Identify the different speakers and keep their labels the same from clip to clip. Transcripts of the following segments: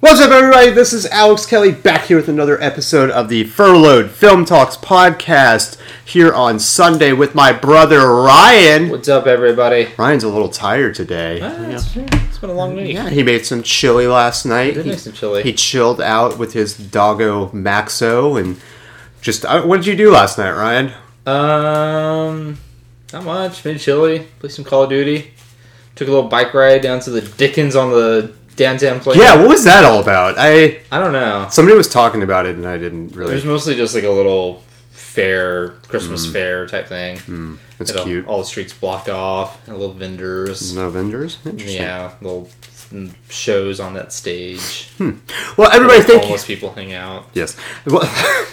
Speaker 1: What's up, everybody? This is Alex Kelly back here with another episode of the Furloughed Film Talks podcast here on Sunday with my brother Ryan.
Speaker 2: What's up, everybody?
Speaker 1: Ryan's a little tired today.
Speaker 2: Ah,
Speaker 1: Yeah.
Speaker 2: it's, it's been a long week.
Speaker 1: Yeah, he made some chili last night.
Speaker 2: did
Speaker 1: he,
Speaker 2: make some chili.
Speaker 1: He chilled out with his doggo Maxo and just. uh, What did you do last night, Ryan?
Speaker 2: Um, not much. Been chilly. Played some Call of Duty. Took a little bike ride down to the Dickens on the downtown place.
Speaker 1: Yeah, what was that all about? I
Speaker 2: I don't know.
Speaker 1: somebody was talking about it and I didn't
Speaker 2: It was
Speaker 1: really.
Speaker 2: mostly just like a little fair, Christmas fair type thing.
Speaker 1: It's
Speaker 2: You know,
Speaker 1: cute.
Speaker 2: All the streets blocked off. And little vendors.
Speaker 1: No vendors. Interesting.
Speaker 2: Yeah, little mm, shows on that stage.
Speaker 1: Well, everybody, thank you.
Speaker 2: homeless people hang out.
Speaker 1: Yes. Well,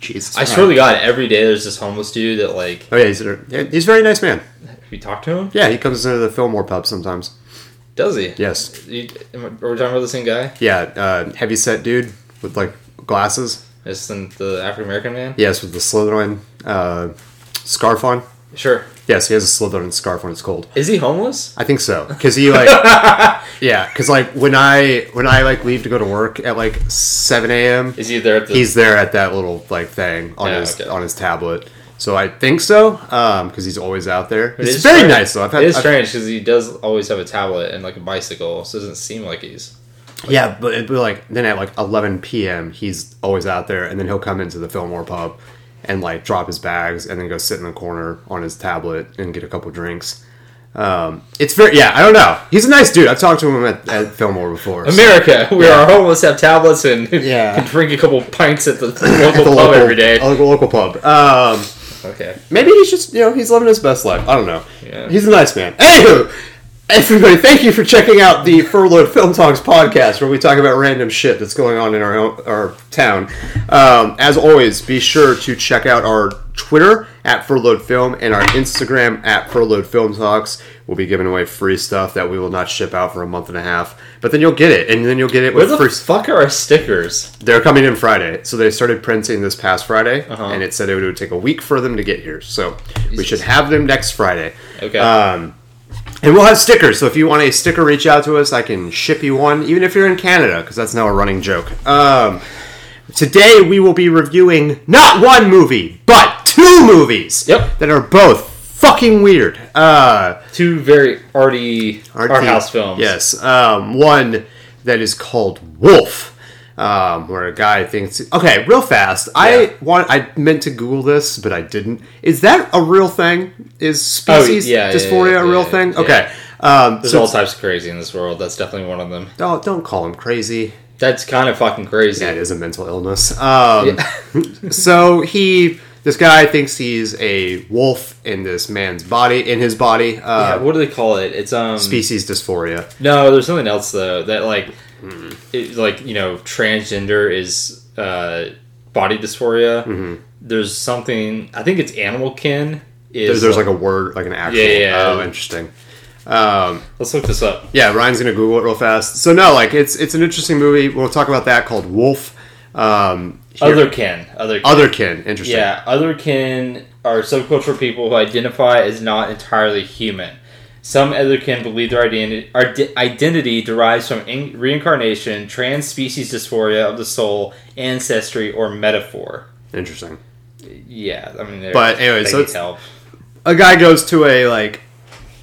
Speaker 1: Jesus.
Speaker 2: I swear to God, every day there's this homeless dude that like.
Speaker 1: Oh yeah, he's a, yeah, he's a very nice man.
Speaker 2: Have you talked to him?
Speaker 1: Yeah, he comes into the Fillmore pub sometimes.
Speaker 2: Does he?
Speaker 1: Yes.
Speaker 2: You, am I- are we talking about the same guy?
Speaker 1: Yeah, uh, heavy set dude with like glasses.
Speaker 2: Isn't the African American man?
Speaker 1: Yes, with the Slytherin uh, scarf on.
Speaker 2: Sure.
Speaker 1: Yes, he has a Slytherin scarf when it's cold.
Speaker 2: Is he homeless?
Speaker 1: I think so, cause he like, yeah, cause like when I when I like leave to go to work at like seven a.m.
Speaker 2: Is he there at the?
Speaker 1: he's there at that little like thing on
Speaker 2: Yeah,
Speaker 1: his
Speaker 2: okay.
Speaker 1: on his tablet. So I think so, um, cause he's always out there.
Speaker 2: It
Speaker 1: It's
Speaker 2: is
Speaker 1: very
Speaker 2: strange.
Speaker 1: nice though. I've had,
Speaker 2: it is
Speaker 1: I've-
Speaker 2: strange because he does always have a tablet and like a bicycle, so it doesn't seem like he's.
Speaker 1: Yeah, but it'd be like then at like 11 p.m. he's always out there, and then he'll come into the Fillmore pub and like drop his bags, and then go sit in the corner on his tablet and get a couple drinks. Um, it's very yeah, I don't know. He's a nice dude. I've talked to him at, at Fillmore before. so-
Speaker 2: America, where our homeless have tablets and
Speaker 1: Yeah.
Speaker 2: can drink a couple pints at the local
Speaker 1: at the
Speaker 2: pub every day.
Speaker 1: a local, local pub. Um,
Speaker 2: Okay.
Speaker 1: maybe he's just you know he's living his best life. I don't know.
Speaker 2: Yeah.
Speaker 1: He's a nice man. Anywho. Everybody, thank you for checking out the Furloughed Film Talks podcast, where we talk about random shit that's going on in our own, our town. Um, as always, be sure to check out our Twitter at Furloughed Film and our Instagram at Furloughed Film Talks. We'll be giving away free stuff that we will not ship out for a month and a half, but then you'll get it, and then you'll get it
Speaker 2: Where
Speaker 1: with
Speaker 2: the
Speaker 1: free
Speaker 2: fuck are our stickers?
Speaker 1: they're coming in Friday, so they started printing this past Friday, and it said it would take a week for them to get here. So we
Speaker 2: Uh-huh. Jesus.
Speaker 1: should have them next Friday,
Speaker 2: Okay.
Speaker 1: um, and we'll have stickers. So if you want a sticker, reach out to us. I can ship you one, even if you're in Canada, because that's now a running joke. Um, today we will be reviewing not one movie, but two movies.
Speaker 2: Yep.
Speaker 1: that are both fucking weird. Uh,
Speaker 2: Two very arty,
Speaker 1: Artsy-
Speaker 2: art house films.
Speaker 1: Yes, um, one that is called Wolf, um, where a guy thinks. Okay, real fast.
Speaker 2: Yeah.
Speaker 1: I want. I meant to Google this, but I didn't. Is that a real thing? Is species
Speaker 2: Oh, yeah, yeah,
Speaker 1: dysphoria
Speaker 2: yeah,
Speaker 1: a real
Speaker 2: yeah,
Speaker 1: thing?
Speaker 2: yeah.
Speaker 1: Okay. Um,
Speaker 2: There's
Speaker 1: so
Speaker 2: all types of crazy in this world. That's definitely one of them.
Speaker 1: don't, don't call him crazy.
Speaker 2: That's kind of fucking crazy.
Speaker 1: That is a mental illness. Um, so he, this guy thinks he's a wolf in this man's body, in his body.
Speaker 2: Yeah,
Speaker 1: Uh,
Speaker 2: what do they call it? It's um
Speaker 1: Species dysphoria.
Speaker 2: no, there's something else though that like
Speaker 1: Mm-hmm.
Speaker 2: it, like you know transgender is uh body dysphoria.
Speaker 1: Mm-hmm.
Speaker 2: There's something I think it's animal kin is
Speaker 1: There's, there's like a word, like an actual.
Speaker 2: Yeah, yeah,
Speaker 1: Oh,
Speaker 2: yeah.
Speaker 1: interesting.
Speaker 2: let's look this up.
Speaker 1: Yeah, Ryan's gonna Google it real fast. So no, like it's it's an interesting movie. We'll talk about that called Wolf. Um, here-
Speaker 2: Other kin, other kin.
Speaker 1: otherkin, interesting.
Speaker 2: yeah, other kin are subcultural people who identify as not entirely human. Some other kin believe their identity, identity derives from in- reincarnation, trans species dysphoria of the soul, ancestry, or metaphor.
Speaker 1: interesting.
Speaker 2: Yeah, I mean, they're-
Speaker 1: But anyway,
Speaker 2: they
Speaker 1: so
Speaker 2: need
Speaker 1: it's-
Speaker 2: help.
Speaker 1: A guy goes to a like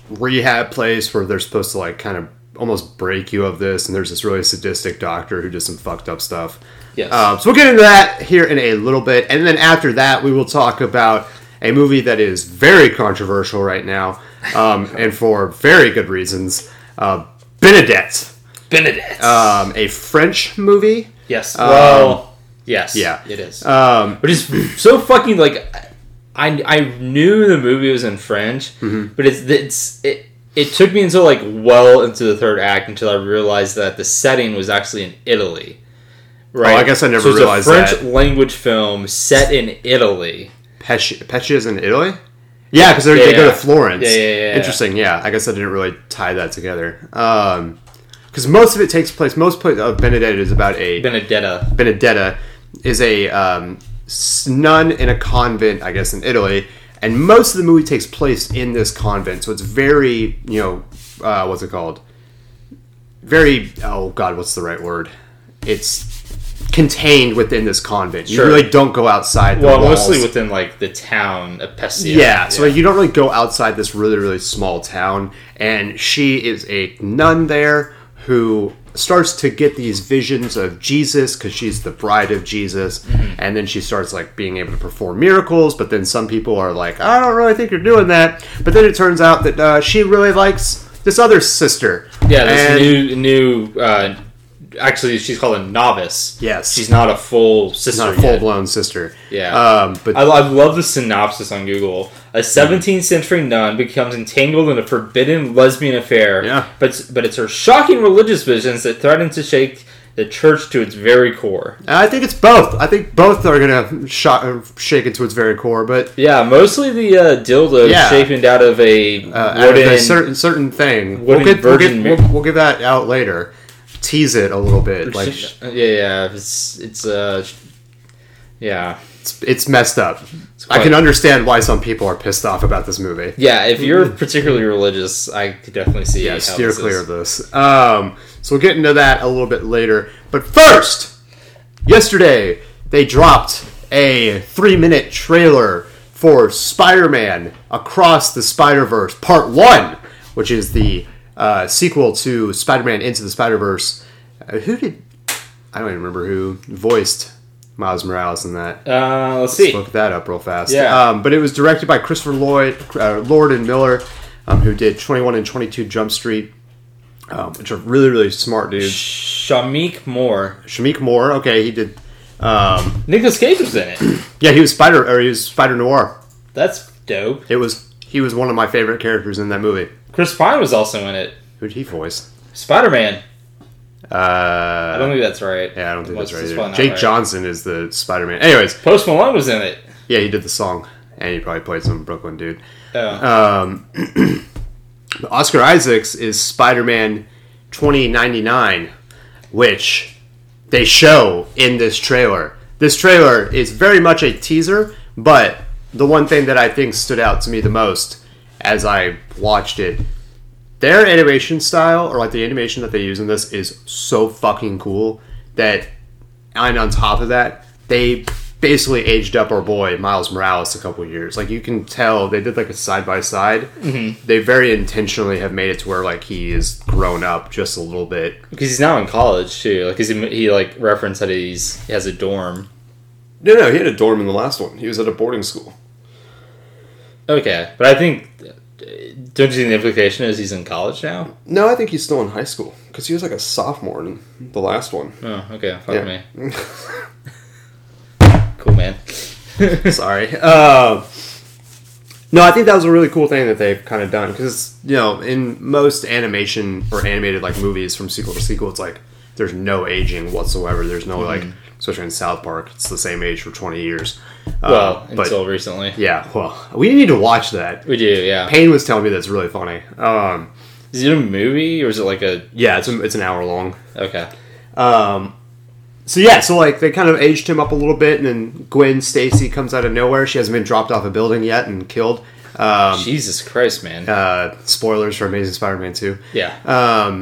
Speaker 1: rehab place where they're supposed to like kind of almost break you of this, and there's this really sadistic doctor who does some fucked up stuff.
Speaker 2: Yes.
Speaker 1: Um, so we'll get into that here in a little bit, and then after that, we will talk about a movie that is very controversial right now, um, and for very good reasons. Uh, Benedette.
Speaker 2: Benedict.
Speaker 1: um, a French movie.
Speaker 2: yes. Well. Yes.
Speaker 1: um, yeah.
Speaker 2: It is.
Speaker 1: Um,
Speaker 2: Which is so fucking like, I I knew the movie was in French,
Speaker 1: Mm-hmm.
Speaker 2: but it's it's it. It took me until like well into the third act until I realized that the setting was actually in Italy. Right.
Speaker 1: Oh, I guess I never
Speaker 2: so it's
Speaker 1: realized
Speaker 2: a French
Speaker 1: that.
Speaker 2: language film set in Italy.
Speaker 1: Pesci, Pesci is in Italy. Yeah, because they
Speaker 2: Yeah,
Speaker 1: go
Speaker 2: yeah.
Speaker 1: to Florence.
Speaker 2: Yeah, yeah, yeah, yeah.
Speaker 1: Interesting. Yeah, I guess I didn't really tie that together. Because most of it takes place. Most place of Benedetta is about a
Speaker 2: Benedetta.
Speaker 1: Benedetta is a um, s- nun in a convent, I guess, in Italy, and most of the movie takes place in this convent. So it's very, you know, uh, what's it called? Very. Oh God, what's the right word? it's contained within this convent.
Speaker 2: Sure.
Speaker 1: You really don't go outside. The
Speaker 2: Well,
Speaker 1: walls.
Speaker 2: mostly within like the town of Pescia.
Speaker 1: Yeah, so like, you don't really go outside this really, really small town. And she is a nun there who starts to get these visions of Jesus because she's the bride of Jesus.
Speaker 2: Mm-hmm.
Speaker 1: And then she starts like being able to perform miracles. But then some people are like, I don't really think you're doing that. But then it turns out that uh, she really likes this other sister.
Speaker 2: Yeah, this
Speaker 1: And-
Speaker 2: new new uh, actually she's called a novice.
Speaker 1: Yes.
Speaker 2: She's not a full sister.
Speaker 1: Not a
Speaker 2: yet.
Speaker 1: full blown sister.
Speaker 2: Yeah.
Speaker 1: Um, but
Speaker 2: I, I love the synopsis on Google. A 17th century nun becomes entangled in a forbidden lesbian affair.
Speaker 1: Yeah.
Speaker 2: But but it's her shocking religious visions that threaten to shake the church to its very core.
Speaker 1: I think it's both. I think both are going to shock, shake it to its very core. But
Speaker 2: Yeah, mostly the uh, dildo
Speaker 1: Yeah.
Speaker 2: shaped out of a
Speaker 1: uh, out of
Speaker 2: wooden.
Speaker 1: a certain certain thing. We'll
Speaker 2: wooden
Speaker 1: get, we'll, get,
Speaker 2: virgin
Speaker 1: we'll, we'll give that out later. Tease it a little bit. Like
Speaker 2: yeah, yeah, it's it's uh, yeah.
Speaker 1: it's, it's messed up. I
Speaker 2: quite-
Speaker 1: can understand why some people are pissed off about this movie.
Speaker 2: Yeah, if you're particularly religious, I could definitely see.
Speaker 1: Mm-hmm. Yeah,
Speaker 2: how
Speaker 1: steer
Speaker 2: this is.
Speaker 1: clear of this. Um, so we'll get into that a little bit later. But first, yesterday they dropped a three-minute trailer for Spider-Man Across the Spider-Verse Part One, which is the uh, sequel to Spider-Man Into the Spider-Verse. Uh, who did I don't even remember who voiced Miles Morales in that?
Speaker 2: Uh, let's see.
Speaker 1: Look that up real fast.
Speaker 2: Yeah.
Speaker 1: Um, but it was directed by Christopher Lloyd, uh, Lord and Miller, um, who did 21 and 22 Jump Street, um, which are really, really smart dudes.
Speaker 2: Shamik Moore.
Speaker 1: Shamik Moore, okay, he did. Um,
Speaker 2: Nicholas Cage was in it.
Speaker 1: yeah, he was Spider, or he was Spider Noir.
Speaker 2: That's dope.
Speaker 1: It was he was one of my favorite characters in that movie.
Speaker 2: Chris Pine was also in it.
Speaker 1: Who did he voice?
Speaker 2: Spider Man. I
Speaker 1: Uh,
Speaker 2: don't think that's right.
Speaker 1: yeah, I don't think that's right.
Speaker 2: It's
Speaker 1: Either.
Speaker 2: probably not
Speaker 1: Jake
Speaker 2: right.
Speaker 1: Johnson is the Spider Man. Anyways,
Speaker 2: Post Malone was in it.
Speaker 1: yeah, he did the song, and he probably played some Brooklyn dude.
Speaker 2: Oh.
Speaker 1: Uh, Oscar Isaacs is Spider Man 2099, which they show in this trailer. This trailer is very much a teaser, but the one thing that I think stood out to me the most as I watched it, their animation style, or like the animation that they use in this, is so fucking cool that, and on top of that, they basically aged up our boy Miles Morales a couple years. Like you can tell they did like a side by side. They very intentionally have made it to where like he is grown up just a little bit.
Speaker 2: because he's now in college too. Like, 'cause he, he like referenced that he's he has a dorm.
Speaker 1: No, no, he had a dorm in the last one. He was at a boarding school.
Speaker 2: Okay, but I think don't you think the implication is he's in college now?
Speaker 1: No, I think he's still in high school because he was like a sophomore in the last one.
Speaker 2: Oh, okay, fuck
Speaker 1: Yeah.
Speaker 2: me. cool man.
Speaker 1: Sorry. Uh, no, I think that was a really cool thing that they've kind of done because you know in most animation or animated like movies from sequel to sequel, it's like there's no aging whatsoever. There's no like, especially in South Park, it's the same age for 20 years. Uh,
Speaker 2: well,
Speaker 1: but
Speaker 2: um, until recently,
Speaker 1: yeah, well, we need to watch that.
Speaker 2: we do. Yeah,
Speaker 1: Payne was telling me that's really funny. Um,
Speaker 2: is it a movie or is it like a
Speaker 1: yeah, it's it's an hour long.
Speaker 2: okay?
Speaker 1: So yeah, so like they kind of aged him up a little bit, and then Gwen Stacy comes out of nowhere. She hasn't been dropped off a building yet and killed. Um,
Speaker 2: Jesus Christ, man.
Speaker 1: uh, spoilers for Amazing Spider-Man two.
Speaker 2: yeah.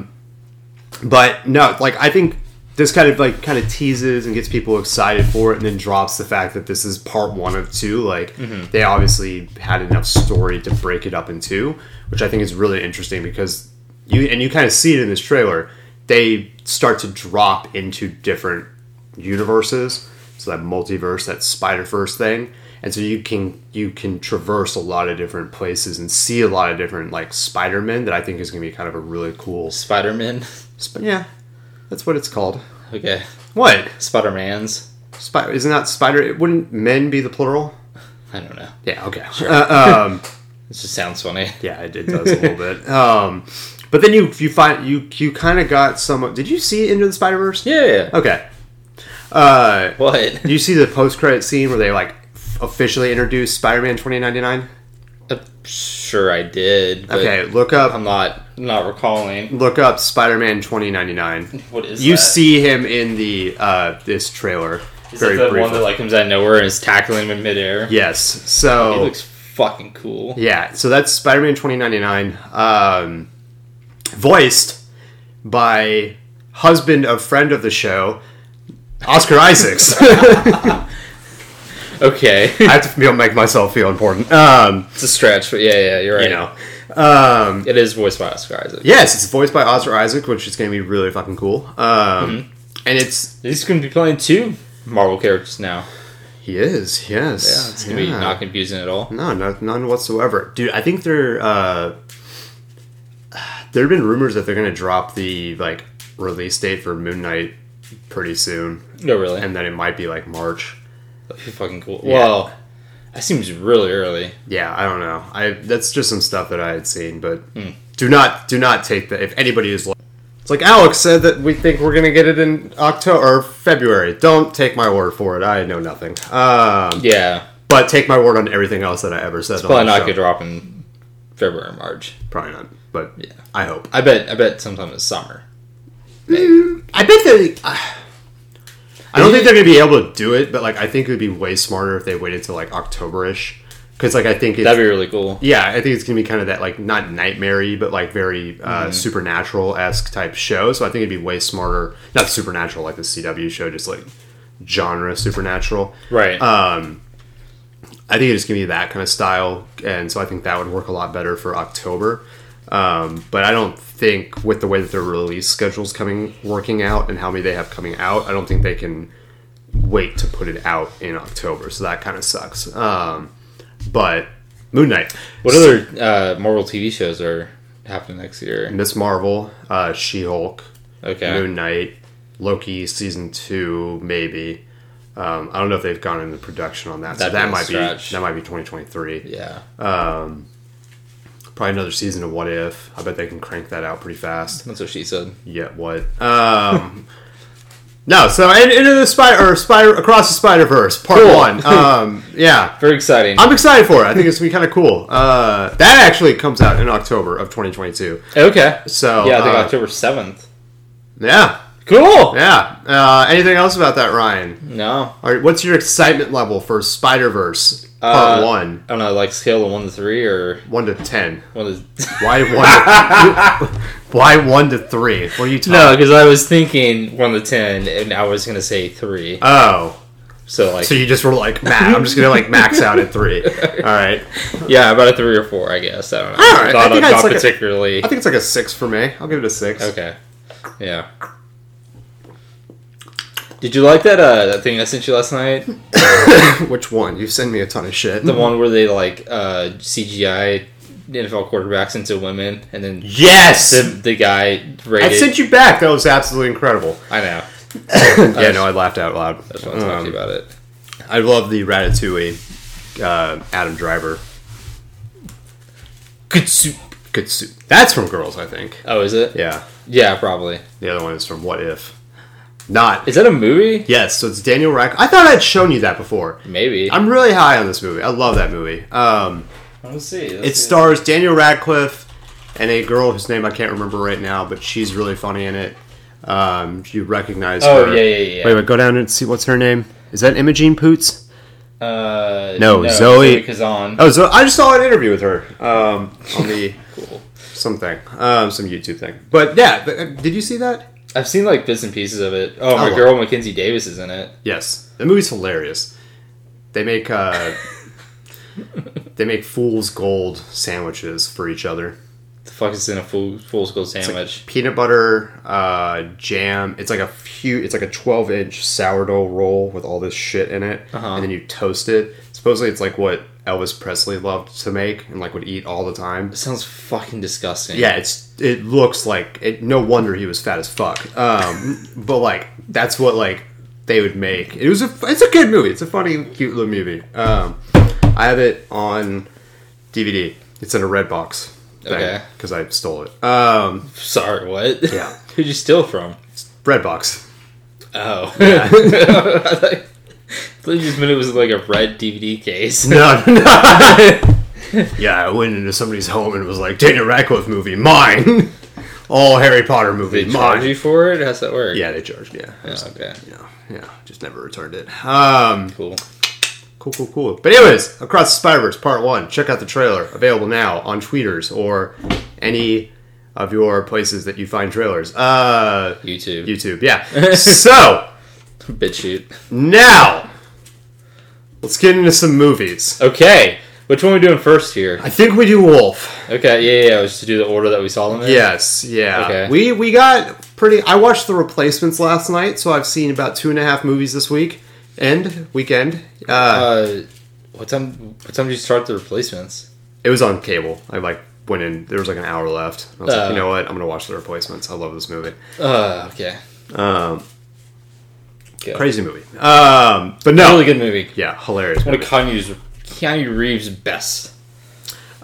Speaker 1: But no, like I think this kind of like kind of teases and gets people excited for it, and then drops the fact that this is part one of two. Like they obviously had enough story to break it up in two, which I think is really interesting because you and you kind of see it in this trailer. They start to drop into different universes, so that multiverse, that Spider Verse thing, and so you can you can traverse a lot of different places and see a lot of different like Spider Men that I think is going to be kind of a really cool
Speaker 2: Spider Man.
Speaker 1: Sp- yeah, that's what it's called.
Speaker 2: Okay.
Speaker 1: What?
Speaker 2: Spider Man's.
Speaker 1: Spider? Isn't that spider? it- Wouldn't men be the plural?
Speaker 2: I don't know.
Speaker 1: Yeah. Okay. Uh, um,
Speaker 2: It just sounds funny.
Speaker 1: yeah, it, it does a little bit. Um, but then you you find you you kind of got some. Did you see Into the Spider Verse?
Speaker 2: Yeah. yeah.
Speaker 1: Okay. Uh,
Speaker 2: What?
Speaker 1: you see the post credit scene where they like officially introduce Spider Man twenty ninety nine?
Speaker 2: I'm Uh, sure I did. But
Speaker 1: Okay, look up
Speaker 2: I'm not not recalling.
Speaker 1: look up Spider Man twenty ninety nine.
Speaker 2: What is
Speaker 1: You
Speaker 2: that?
Speaker 1: see him in the uh this trailer.
Speaker 2: Is it the one that like comes out of nowhere and is tackling him in midair?
Speaker 1: yes. So
Speaker 2: He looks fucking cool.
Speaker 1: Yeah, so that's Spider Man 2099, um, voiced by husband of friend of the show, Oscar Isaacs. I
Speaker 2: Okay,
Speaker 1: have to feel, make myself feel important. Um,
Speaker 2: it's a stretch, but yeah, yeah, you're right.
Speaker 1: You know, um,
Speaker 2: It is voiced by Oscar Isaac.
Speaker 1: yes, it's voiced by Oscar Isaac, which is going to be really fucking cool. Um,
Speaker 2: Mm-hmm.
Speaker 1: And it's
Speaker 2: He's going to be playing two Marvel characters now.
Speaker 1: he is yes,
Speaker 2: Yeah, it's going to
Speaker 1: Yeah.
Speaker 2: be not confusing at all.
Speaker 1: No, no, none whatsoever, dude. I think they're uh, there have been rumors that they're gonna drop the like release date for Moon Knight pretty soon,
Speaker 2: No, really.
Speaker 1: and then it might be like March.
Speaker 2: That'd be fucking cool.
Speaker 1: Yeah.
Speaker 2: Well, that seems really early.
Speaker 1: Yeah, I don't know. I that's just some stuff that I had seen, but
Speaker 2: Hmm.
Speaker 1: do not do not take that. If anybody is like, it's like Alex said that we think we're gonna get it in October or February. Don't take my word for it. I know nothing. Um,
Speaker 2: Yeah,
Speaker 1: but take my word on everything else that I ever said. on
Speaker 2: probably
Speaker 1: the
Speaker 2: not
Speaker 1: show.
Speaker 2: going to drop in February or March.
Speaker 1: Probably not. But
Speaker 2: Yeah.
Speaker 1: I hope.
Speaker 2: I bet. I bet sometime this summer.
Speaker 1: I bet they. I I don't think they're gonna be able to do it, but like I think it would be way smarter if they waited till like October-ish, because like I think it's,
Speaker 2: That'd be really cool.
Speaker 1: yeah, I think it's gonna be kind of that like not nightmare but like very
Speaker 2: Mm-hmm.
Speaker 1: uh, supernatural esque type show. So I think it'd be way smarter, not supernatural like the CW show, just like genre supernatural.
Speaker 2: Right.
Speaker 1: I think it's gonna be that kind of style, and so I think that would work a lot better for October. Um, but I don't think with the way that their release schedule's coming working out and how many they have coming out, I don't think they can wait to put it out in October. So that kind of sucks. Um, but Moon Knight,
Speaker 2: what other uh, Marvel TV shows are happening next year?
Speaker 1: Miss Marvel, uh, She Hulk,
Speaker 2: Okay.
Speaker 1: Moon Knight, Loki season two, maybe. Um, I don't know if they've gone into production on that, so
Speaker 2: That'd
Speaker 1: that
Speaker 2: be a
Speaker 1: might
Speaker 2: stretch.
Speaker 1: be that might be twenty twenty three.
Speaker 2: Yeah.
Speaker 1: probably another season of What If. I bet they can crank that out pretty fast.
Speaker 2: That's what she said.
Speaker 1: Yeah, what? Um, no, so in- into the spider or spider across the Spider Verse part
Speaker 2: Cool.
Speaker 1: one. Um, yeah,
Speaker 2: Very exciting.
Speaker 1: I'm excited for it. I think it's gonna be kind of cool. Uh, that actually comes out in October of 2022.
Speaker 2: okay.
Speaker 1: So
Speaker 2: yeah, I think
Speaker 1: uh,
Speaker 2: October seventh.
Speaker 1: yeah,
Speaker 2: Cool.
Speaker 1: yeah. Uh, anything else about that, Ryan?
Speaker 2: No,
Speaker 1: All right, what's your excitement level for Spider Verse part
Speaker 2: Uh,
Speaker 1: one,
Speaker 2: I don't know. Like scale of one to three or
Speaker 1: one to ten?
Speaker 2: one to.
Speaker 1: Why one? To, why one to three? What are you talking?
Speaker 2: no, because I was thinking one to ten, and I was gonna say three.
Speaker 1: Oh.
Speaker 2: So like,
Speaker 1: So you just were like, Matt, I'm just gonna like max out at three. All right.
Speaker 2: yeah, about a three or four, I guess. I don't know.
Speaker 1: All right, I
Speaker 2: Not,
Speaker 1: think
Speaker 2: not
Speaker 1: that's like a-
Speaker 2: particularly.
Speaker 1: I think it's like a six for me. I'll give it a six.
Speaker 2: okay. Yeah. Did you like that uh, that thing I sent you last night?
Speaker 1: Which one? You send me a ton of shit.
Speaker 2: The one where they like uh, CGI NFL quarterbacks into women, and then
Speaker 1: Yes.
Speaker 2: the, the guy
Speaker 1: I
Speaker 2: rated.
Speaker 1: sent you back. That was absolutely incredible.
Speaker 2: I know.
Speaker 1: yeah, no, I laughed out loud.
Speaker 2: I just want to talk to
Speaker 1: Um,
Speaker 2: you about it.
Speaker 1: I love the Ratatouille, uh, Adam Driver.
Speaker 2: Good soup.
Speaker 1: Good soup. That's from Girls, I think.
Speaker 2: Oh, is it?
Speaker 1: Yeah.
Speaker 2: Yeah, probably.
Speaker 1: The other one is from What If. Not.
Speaker 2: Is that a movie?
Speaker 1: Yes. So it's Daniel Radcliffe. I thought I'd shown you that before.
Speaker 2: Maybe.
Speaker 1: I'm really high on this movie. I love that movie. Um,
Speaker 2: Let's see.
Speaker 1: It stars Daniel Radcliffe and a girl whose name I can't remember right now, but she's really funny in it. Um, you recognize
Speaker 2: Oh,
Speaker 1: her.
Speaker 2: yeah, yeah, yeah.
Speaker 1: Wait, wait, go down and see what's her name. Is that Imogene Poots?
Speaker 2: Uh,
Speaker 1: No, Zoe-
Speaker 2: Kazan.
Speaker 1: Oh, so I just saw an interview with her um, on the
Speaker 2: Cool.
Speaker 1: something, um, some YouTube thing. But yeah, th- uh, did you see that?
Speaker 2: I've seen like bits and pieces of it. Oh, my
Speaker 1: Oh.
Speaker 2: girl Mackenzie Davis is in it.
Speaker 1: Yes, the movie's hilarious. They make uh, they make fool's gold sandwiches for each other.
Speaker 2: The fuck is in a full full school sandwich?
Speaker 1: peanut butter uh, jam. It's like a few. It's like a twelve inch sourdough roll with all this shit in it,
Speaker 2: Uh-huh.
Speaker 1: and then you toast it. Supposedly, it's like what Elvis Presley loved to make and like would eat all the time.
Speaker 2: It sounds fucking disgusting.
Speaker 1: Yeah, it's it looks like it. No wonder he was fat as fuck. Um, but like that's what like they would make. It was a it's a good movie. It's a funny, cute little movie. Um, I have it on DVD. It's in a red box.
Speaker 2: Okay.
Speaker 1: because I stole it. Um,
Speaker 2: Sorry, what?
Speaker 1: Yeah.
Speaker 2: Who'd you steal from?
Speaker 1: red box.
Speaker 2: Oh. Yeah. I thought you just meant it was like a red DVD case.
Speaker 1: No, no. yeah, I went into somebody's home and was like, Daniel Radcliffe movie, mine. All Harry Potter movie,
Speaker 2: They charge
Speaker 1: mine.
Speaker 2: you for it? How's that work?
Speaker 1: Yeah, they charged. Yeah,
Speaker 2: Oh, okay.
Speaker 1: yeah, yeah. Just never returned it. Um,
Speaker 2: Cool.
Speaker 1: cool, cool, cool. But anyways, Across the Spider Verse Part One. Check out the trailer available now on tweeters or any of your places that you find trailers. Uh,
Speaker 2: YouTube.
Speaker 1: YouTube. Yeah. so
Speaker 2: BitChute.
Speaker 1: Now, let's get into some movies.
Speaker 2: Okay, which one are we doing first here?
Speaker 1: I think we do Wolf.
Speaker 2: Okay, yeah, yeah, yeah. It was to do the order that we saw them in.
Speaker 1: Yes, yeah.
Speaker 2: Okay.
Speaker 1: We we got pretty. I watched the replacements last night, so I've seen about two and a half movies this week. End weekend. Uh,
Speaker 2: Uh, what time? What time did you start the replacements?
Speaker 1: it was on cable. I like went in. There was like an hour left. I was like,
Speaker 2: Uh.
Speaker 1: you know what? I'm gonna watch the replacements. I love this movie.
Speaker 2: Uh, okay.
Speaker 1: Um,
Speaker 2: Go.
Speaker 1: crazy movie. Um, but no,
Speaker 2: Really good movie.
Speaker 1: yeah, hilarious.
Speaker 2: One of
Speaker 1: Movie.
Speaker 2: Kanye's Keanu Reeves' best.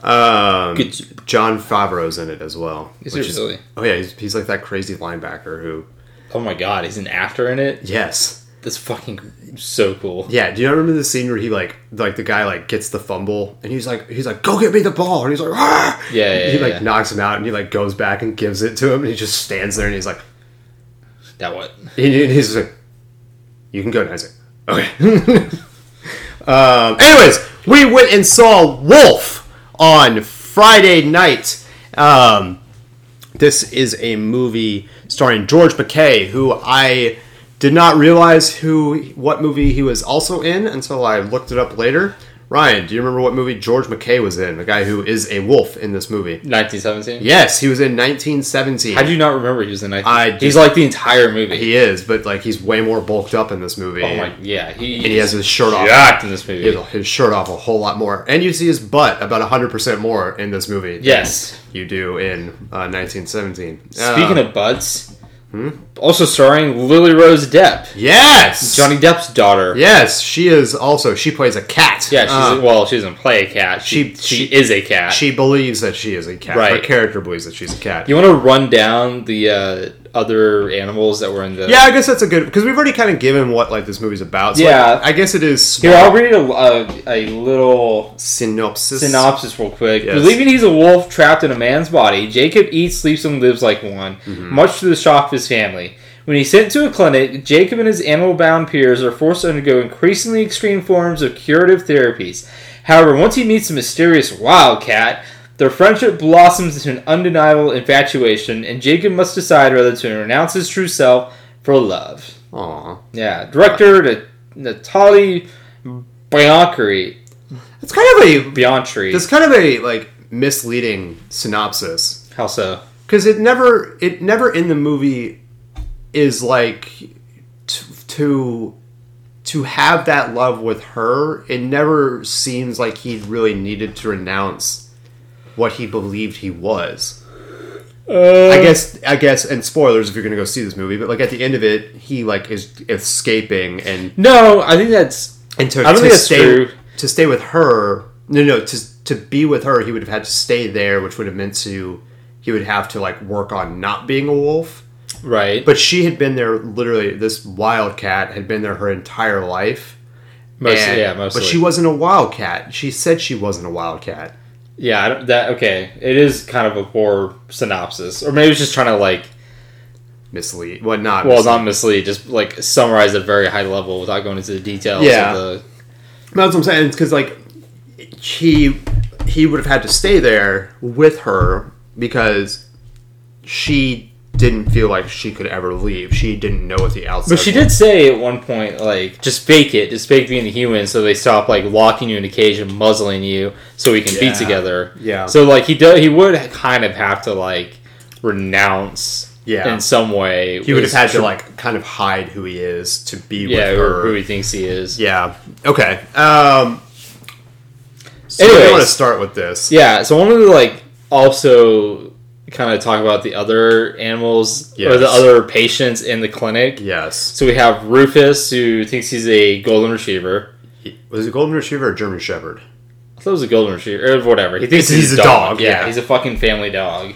Speaker 1: Um,
Speaker 2: Good.
Speaker 1: John Favreau's in it as well.
Speaker 2: Is
Speaker 1: which
Speaker 2: he really?
Speaker 1: Oh yeah, he's, he's like that crazy linebacker who.
Speaker 2: Oh my god, he's an actor in it.
Speaker 1: Yes.
Speaker 2: That's fucking so cool.
Speaker 1: Yeah, do you remember the scene where he like like the guy like gets the fumble and he's like he's like go get me the ball and he's like "Arr!"
Speaker 2: Yeah, yeah,
Speaker 1: he
Speaker 2: yeah,
Speaker 1: like
Speaker 2: yeah.
Speaker 1: knocks him out and he like goes back and gives it to him and he just stands there and he's like
Speaker 2: That what?
Speaker 1: he- and he's like you can go now he's like okay um, anyways we went and saw Wolf on Friday night um, this is a movie starring George McKay who I did not realize who what movie he was also in until I looked it up later. Ryan, do you remember what movie George McKay was in? The guy who is a wolf in this movie.
Speaker 2: 1917.
Speaker 1: Yes, he was in 1917.
Speaker 2: I do not remember he was in 19.
Speaker 1: I
Speaker 2: he's
Speaker 1: just-
Speaker 2: like the entire movie.
Speaker 1: he is, but like he's way more bulked up in this movie.
Speaker 2: oh my, yeah. He,
Speaker 1: and he has his shirt off.
Speaker 2: jacked in this
Speaker 1: He
Speaker 2: movie.
Speaker 1: has his shirt off a whole lot more, and you see his butt about 100% more in this movie. than
Speaker 2: Yes.
Speaker 1: you do in uh, 1917.
Speaker 2: Speaking of butts, also starring Lily Rose Depp,
Speaker 1: Hmm? yes,
Speaker 2: Johnny Depp's daughter.
Speaker 1: Yes, she is also. She plays a cat.
Speaker 2: Yeah, she's
Speaker 1: Uh,
Speaker 2: well, she doesn't play a cat. She
Speaker 1: she-
Speaker 2: she, is a cat.
Speaker 1: she believes that she is a cat. Her
Speaker 2: Right.
Speaker 1: character believes that she's a cat.
Speaker 2: you want to run down the uh, other animals that were in the
Speaker 1: yeah, I guess that's a good because we've already kind of given what like this movie's about. So
Speaker 2: Yeah.
Speaker 1: like, I guess it is small
Speaker 2: Here, I'll read a, a, a little
Speaker 1: synopsis.
Speaker 2: synopsis real quick.
Speaker 1: Yes.
Speaker 2: Believing he's a wolf trapped in a man's body, Jacob eats, sleeps, and lives like one, much to the shock of his family. When he's sent to a clinic, Jacob and his animal bound peers are forced to undergo increasingly extreme forms of curative therapies. However, once he meets the mysterious wildcat, their friendship blossoms into an undeniable infatuation, and Jacob must decide whether to renounce his true self for love.
Speaker 1: Aw,
Speaker 2: Yeah, director to Natalie Bianchery.
Speaker 1: it's kind of a
Speaker 2: Bianchery.
Speaker 1: it's kind of a like misleading synopsis
Speaker 2: How so?
Speaker 1: because it never it never in the movie is like t- to to have that love with her it never seems like he really needed to renounce what he believed he was i guess i guess and spoilers if you're gonna go see this movie but like at the end of it he like is escaping and
Speaker 2: No, I think that's.
Speaker 1: and to,
Speaker 2: I don't
Speaker 1: to
Speaker 2: think that's
Speaker 1: stay
Speaker 2: true.
Speaker 1: to stay with her no no to to be with her he would have had to stay there which would have meant to he would have to like work on not being a wolf
Speaker 2: Right.
Speaker 1: but she had been there literally this wildcat had been there her entire life
Speaker 2: mostly,
Speaker 1: and-
Speaker 2: yeah, mostly.
Speaker 1: but she wasn't a wildcat she said she wasn't a wildcat
Speaker 2: yeah, I don't, that okay. It is kind of a poor synopsis, or maybe it's just trying to like,
Speaker 1: mislead well not
Speaker 2: well,
Speaker 1: mislead.
Speaker 2: not mislead, just like summarize at a very high level without going into the details.
Speaker 1: Yeah.
Speaker 2: Of the,
Speaker 1: That's what I'm saying. Because like he he would have had to stay there with her because she didn't feel like she could ever leave. She didn't know what the outside.
Speaker 2: but she did say at one point, like, just fake it, just fake being a human, so they stop like locking you in a cage and muzzling you, so we can
Speaker 1: Yeah.
Speaker 2: be together.
Speaker 1: Yeah.
Speaker 2: So like he does, he would kind of have to like renounce.
Speaker 1: Yeah.
Speaker 2: In some way,
Speaker 1: He would have had to like kind of hide who he is to be
Speaker 2: yeah,
Speaker 1: with her.
Speaker 2: or who he thinks he is.
Speaker 1: yeah. Okay. Um. So
Speaker 2: Anyways.
Speaker 1: I want to start with this.
Speaker 2: Yeah, so I wanted to like also kind of talk about the other animals or
Speaker 1: Yes.
Speaker 2: the other patients in the clinic.
Speaker 1: Yes.
Speaker 2: So we have Rufus who thinks he's a golden retriever.
Speaker 1: He- was it Golden Retriever or German Shepherd?
Speaker 2: I thought it was a golden retriever or whatever. He thinks
Speaker 1: He's-
Speaker 2: he's,
Speaker 1: he's
Speaker 2: a
Speaker 1: a
Speaker 2: dog.
Speaker 1: dog,
Speaker 2: Yeah,
Speaker 1: yeah.
Speaker 2: he's a fucking family dog.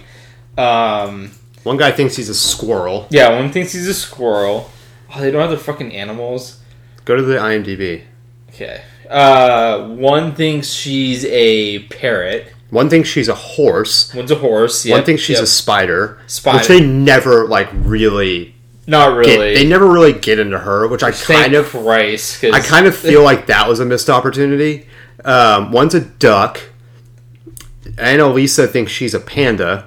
Speaker 2: Um,
Speaker 1: One guy thinks he's a squirrel.
Speaker 2: yeah, one thinks he's a squirrel. Oh, they don't have their fucking animals.
Speaker 1: Go to the IMDb.
Speaker 2: Okay. Uh, one thinks she's a parrot.
Speaker 1: One thinks she's a horse.
Speaker 2: One's a horse.
Speaker 1: One
Speaker 2: yep,
Speaker 1: thinks she's
Speaker 2: yep.
Speaker 1: a spider,
Speaker 2: Spider.
Speaker 1: which they never like really
Speaker 2: not
Speaker 1: get-
Speaker 2: really.
Speaker 1: they never really get into her, which I
Speaker 2: Thank
Speaker 1: kind of
Speaker 2: Christ, 'cause-
Speaker 1: I kind of feel like that was a missed opportunity. Um, one's a duck. Annalisa thinks she's a panda.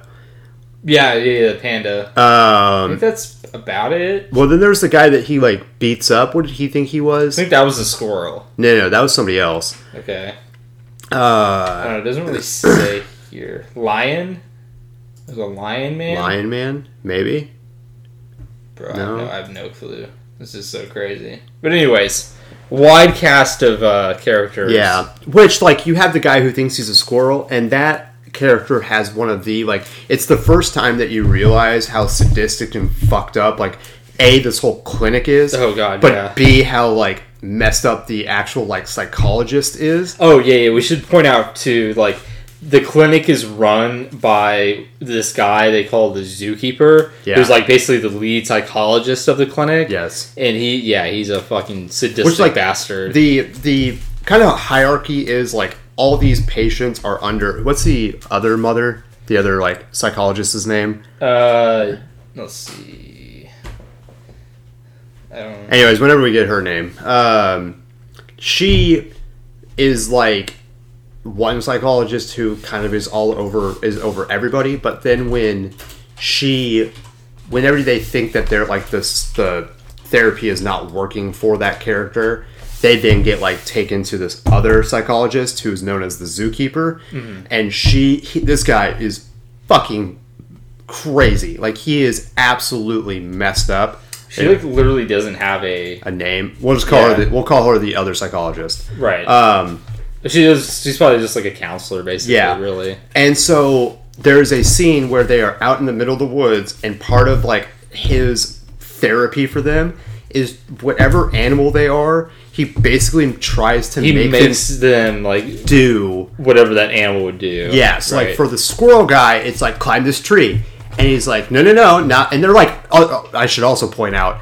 Speaker 2: Yeah, yeah, yeah, the panda. I think
Speaker 1: Um,
Speaker 2: that's about it.
Speaker 1: well, then there's the guy that he like beats up. What did he think he
Speaker 2: I
Speaker 1: was?
Speaker 2: think that was a squirrel.
Speaker 1: No, no, that was somebody else.
Speaker 2: Okay. I
Speaker 1: Uh,
Speaker 2: don't know, it doesn't really say here. Lion? There's a lion man?
Speaker 1: Lion Man, maybe.
Speaker 2: Bro,
Speaker 1: No.
Speaker 2: I, have no, I have no clue. This is so crazy. But anyways, wide cast of uh, characters.
Speaker 1: Yeah, which like you have the guy who thinks he's a squirrel, and that character has one of the like. It's the first time that you realize how sadistic and fucked up like a this whole clinic is.
Speaker 2: Oh, God,
Speaker 1: But
Speaker 2: yeah.
Speaker 1: b how like messed up the actual like psychologist is.
Speaker 2: Oh yeah, yeah. We should point out too, like the clinic is run by this guy they call the zookeeper,
Speaker 1: Yeah.
Speaker 2: who's like basically the lead psychologist of the clinic.
Speaker 1: Yes.
Speaker 2: and he, yeah, he's a fucking sadistic
Speaker 1: Which, like,
Speaker 2: bastard.
Speaker 1: The the kind of hierarchy is like all these patients are under. What's the other mother? The other like psychologist's name.
Speaker 2: uh, let's see. I don't. know.
Speaker 1: Anyways, whenever we get her name, um, she is like one psychologist who kind of is all over is over everybody. But then when she, whenever they think that they're like this, the therapy is not working for that character. They then get like taken to this other psychologist who's known as the zookeeper, and she, he, this guy is fucking crazy. Like he is absolutely messed up.
Speaker 2: She like literally doesn't have a
Speaker 1: a name. We'll just call her.
Speaker 2: Yeah.
Speaker 1: The, we'll call her the other psychologist.
Speaker 2: right.
Speaker 1: Um,
Speaker 2: she is. She's probably just like a counselor, basically.
Speaker 1: Yeah.
Speaker 2: really.
Speaker 1: and so there's a scene where they are out in the middle of the woods, and part of like his therapy for them is whatever animal they are. He basically tries to
Speaker 2: He
Speaker 1: make
Speaker 2: makes
Speaker 1: them
Speaker 2: them like
Speaker 1: do
Speaker 2: whatever that animal would do.
Speaker 1: Yes, like
Speaker 2: Right.
Speaker 1: for the squirrel guy, it's like climb this tree, and he's like, no, no, no, not. And they're like, oh, oh, I should also point out,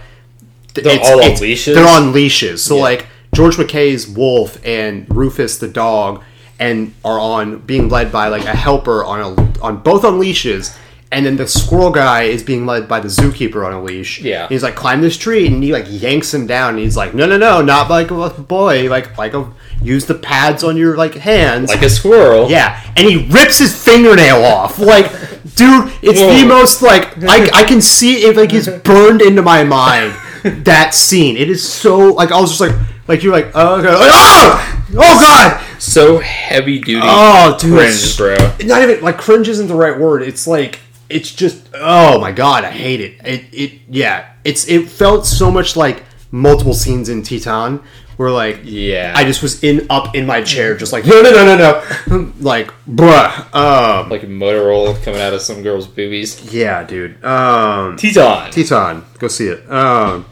Speaker 1: th-
Speaker 2: They're all on leashes?
Speaker 1: They're on leashes. So like George McKay's wolf and Rufus the dog, and are on being led by like a helper on a on both on leashes. And then the squirrel guy is being led by the zookeeper on a leash.
Speaker 2: Yeah.
Speaker 1: And he's like, climb this tree, and he like yanks him down. And he's like, no, no, no, not like a boy, like like a use the pads on your like hands.
Speaker 2: like a squirrel.
Speaker 1: Yeah, and he rips his fingernail off. Like, dude, it's
Speaker 2: Whoa.
Speaker 1: the most like I, I can see it like it's burned into my mind that scene. It is so like I was just like like you're like oh god oh, oh god
Speaker 2: so heavy duty
Speaker 1: oh dude
Speaker 2: cringe,
Speaker 1: it's-
Speaker 2: bro.
Speaker 1: not even like cringe isn't the right word. It's like it's just oh my god I hate it. It it yeah it's it felt so much like multiple scenes in Teton where like
Speaker 2: Yeah,
Speaker 1: I just was in up in my chair, just like no, no, no, no, no, like bruh. Um,
Speaker 2: like Motorola coming out of some girl's boobies.
Speaker 1: yeah, dude. Um,
Speaker 2: Teton.
Speaker 1: Teton, go see it. Um,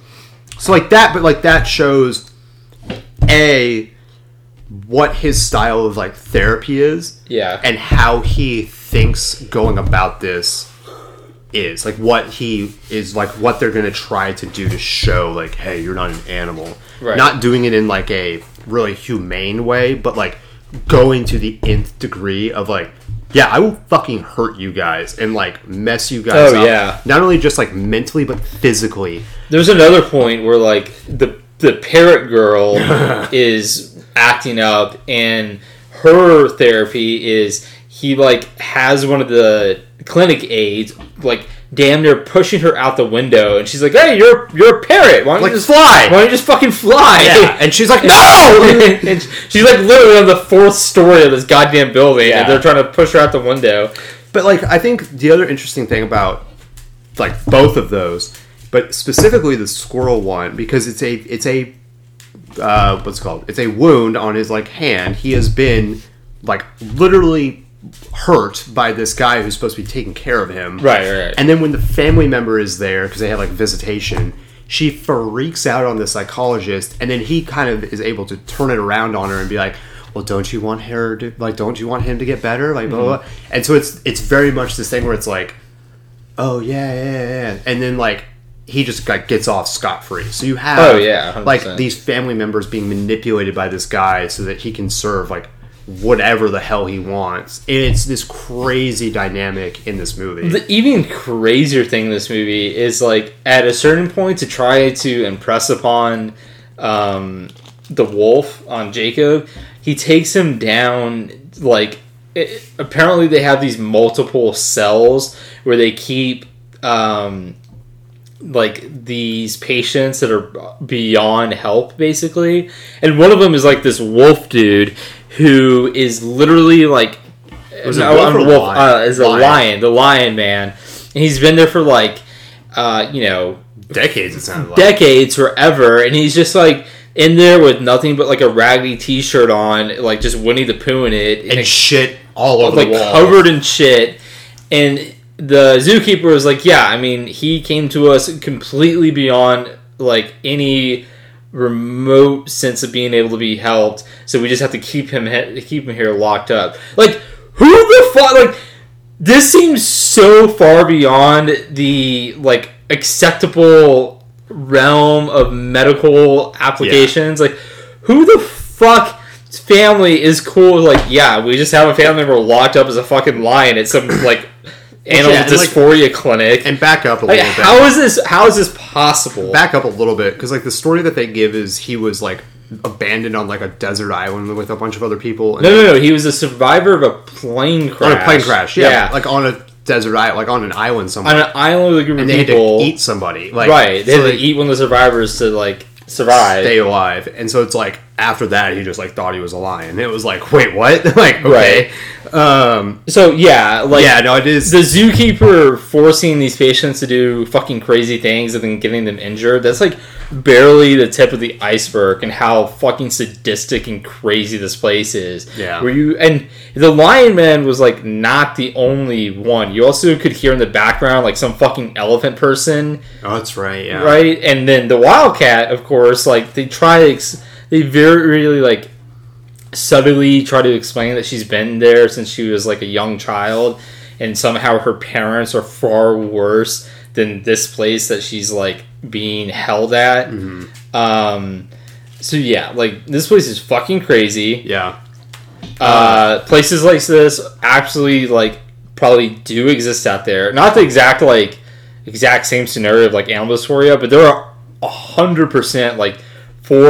Speaker 1: so like that, but like that shows a what his style of like therapy is,
Speaker 2: yeah,
Speaker 1: and how he thinks going about this is like what he is like what they're gonna try to do to show like hey you're not an animal
Speaker 2: Right.
Speaker 1: not doing it in like a really humane way but like going to the nth degree of like yeah i will fucking hurt you guys and like mess you guys
Speaker 2: Oh,
Speaker 1: up
Speaker 2: yeah.
Speaker 1: not only just like mentally but physically
Speaker 2: there's another point where like the the parrot girl is acting up, and her therapy is he like has one of the clinic aides like damn near pushing her out the window, and she's like, "Hey, you're you're a parrot. Why don't
Speaker 1: like
Speaker 2: you just
Speaker 1: fly
Speaker 2: Why don't you just fucking fly?"
Speaker 1: yeah. and she's like no
Speaker 2: and she's like literally on the fourth story of this goddamn building,
Speaker 1: Yeah.
Speaker 2: and they're trying to push her out the window.
Speaker 1: But like, I think the other interesting thing about like both of those, but specifically the squirrel one, because it's a it's a uh, what's it called it's a wound on his like hand. He has been like literally hurt by this guy who's supposed to be taking care of him.
Speaker 2: Right, right, right.
Speaker 1: And then when the family member is there because they have like visitation, she freaks out on the psychologist, and then he kind of is able to turn it around on her and be like, "Well, don't you want her to like? Don't you want him to get better? Like, blah, blah,
Speaker 2: Mm-hmm.
Speaker 1: blah." And so it's it's very much this thing where it's like, "Oh yeah, yeah, yeah,", yeah," and then like he just like gets off scot free. So you have
Speaker 2: Oh, yeah, 100%.
Speaker 1: like these family members being manipulated by this guy so that he can serve like whatever the hell he wants. And it's this crazy dynamic in this movie.
Speaker 2: The even crazier thing in this movie is like at a certain point to try to impress upon um, the wolf on Jacob, he takes him down like it, apparently they have these multiple cells where they keep um, like these patients that are beyond help basically and one of them is like this wolf dude who is literally like
Speaker 1: Was it wolf or lion?
Speaker 2: uh, is a
Speaker 1: Lion.
Speaker 2: lion the lion man and he's been there for like uh, you know
Speaker 1: Decades it sounded like.
Speaker 2: decades forever and he's just like in there with nothing but like a raggedy t-shirt on like just winnie the pooh in it in a
Speaker 1: and shit all over
Speaker 2: like
Speaker 1: the wall.
Speaker 2: covered in shit. And the zookeeper was like, "Yeah, I mean, he came to us completely beyond like any remote sense of being able to be helped. So we just have to keep him he- keep him here locked up. Like, who the fuck? Like, this seems so far beyond the like acceptable realm of medical applications. Like, who the fuck? Family is cool. with, Like, yeah, we just have a family member locked up as a fucking lion at some like animal
Speaker 1: Yeah, and, like-
Speaker 2: dysphoria clinic.
Speaker 1: and back up a
Speaker 2: like,
Speaker 1: little bit.
Speaker 2: how is this? How is this possible?
Speaker 1: back up a little bit because like the story that they give is he was like abandoned on like a desert island with a bunch of other people and
Speaker 2: no, no, no. He was a survivor of a plane crash.
Speaker 1: on Oh, a plane crash yeah, like on a desert island like on an island somewhere
Speaker 2: on an island with a group
Speaker 1: and
Speaker 2: of
Speaker 1: they
Speaker 2: people.
Speaker 1: had to eat somebody like
Speaker 2: right, they
Speaker 1: so
Speaker 2: had to
Speaker 1: they
Speaker 2: eat one of the survivors to like survive.
Speaker 1: stay alive and so it's like after that he just like thought he was a lion it was like wait what like okay um
Speaker 2: So yeah, like
Speaker 1: yeah no it is
Speaker 2: the zookeeper forcing these patients to do fucking crazy things and then getting them injured that's like barely the tip of the iceberg and how fucking sadistic and crazy this place is
Speaker 1: Yeah.
Speaker 2: where you and the lion man was like not the only one you also could hear in the background like some fucking elephant person
Speaker 1: oh that's right yeah
Speaker 2: right and then the wildcat of course like they try to ex- they very really like subtly try to explain that she's been there since she was like a young child and somehow her parents are far worse than this place that she's like being held at um so yeah like this place is fucking crazy
Speaker 1: yeah
Speaker 2: uh, places like this actually like probably do exist out there. Not the exact like exact same scenario of like animal dysphoria, but there are a hundred percent like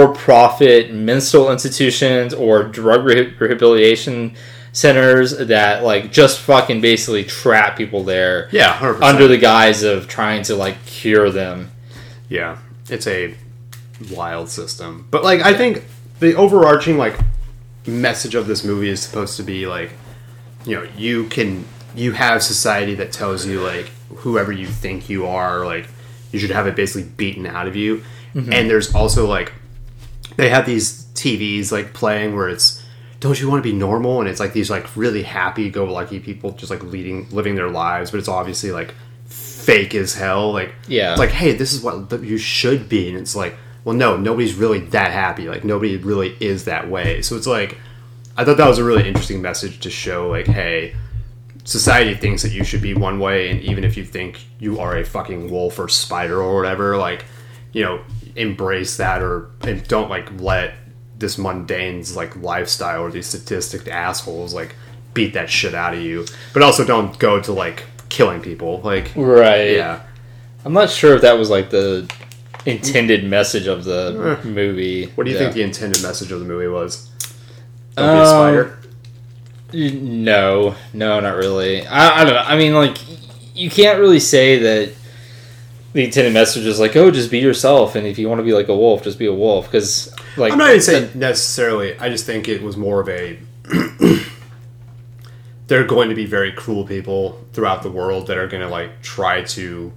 Speaker 2: for-profit mental institutions or drug re- rehabilitation centers that like just fucking basically trap people there
Speaker 1: yeah 100%.
Speaker 2: under the guise of trying to like cure them.
Speaker 1: Yeah, it's a wild system. But like, I think the overarching like message of this movie is supposed to be like, you know, you can you have society that tells you like whoever you think you are, like you should have it basically beaten out of you. And there's also like they have these TVs like playing where it's don't you want to be normal and it's like these like really happy go lucky people just like leading living their lives but it's obviously like fake as hell like
Speaker 2: Yeah.
Speaker 1: it's like hey this is what th- you should be and it's like well no nobody's really that happy like nobody really is that way so it's like i thought that was a really interesting message to show like hey society thinks that you should be one way and even if you think you are a fucking wolf or spider or whatever like you know embrace that or and don't like let this mundane's like lifestyle or these statistic assholes like beat that shit out of you but also don't go to like killing people like
Speaker 2: Right.
Speaker 1: yeah
Speaker 2: I'm not sure if that was like the intended message of the movie.
Speaker 1: Eh. what do you
Speaker 2: Yeah.
Speaker 1: think the intended message of the movie was don't be a spider
Speaker 2: No, no, not really. I, I don't know. I mean, like, you can't really say that the intended message is like, oh, just be yourself, and if you want to be like a wolf, just be a wolf. Because, like,
Speaker 1: i'm not e-, even saying necessarily i just think it was more of a they're going to be very cruel people throughout the world that are going to like try to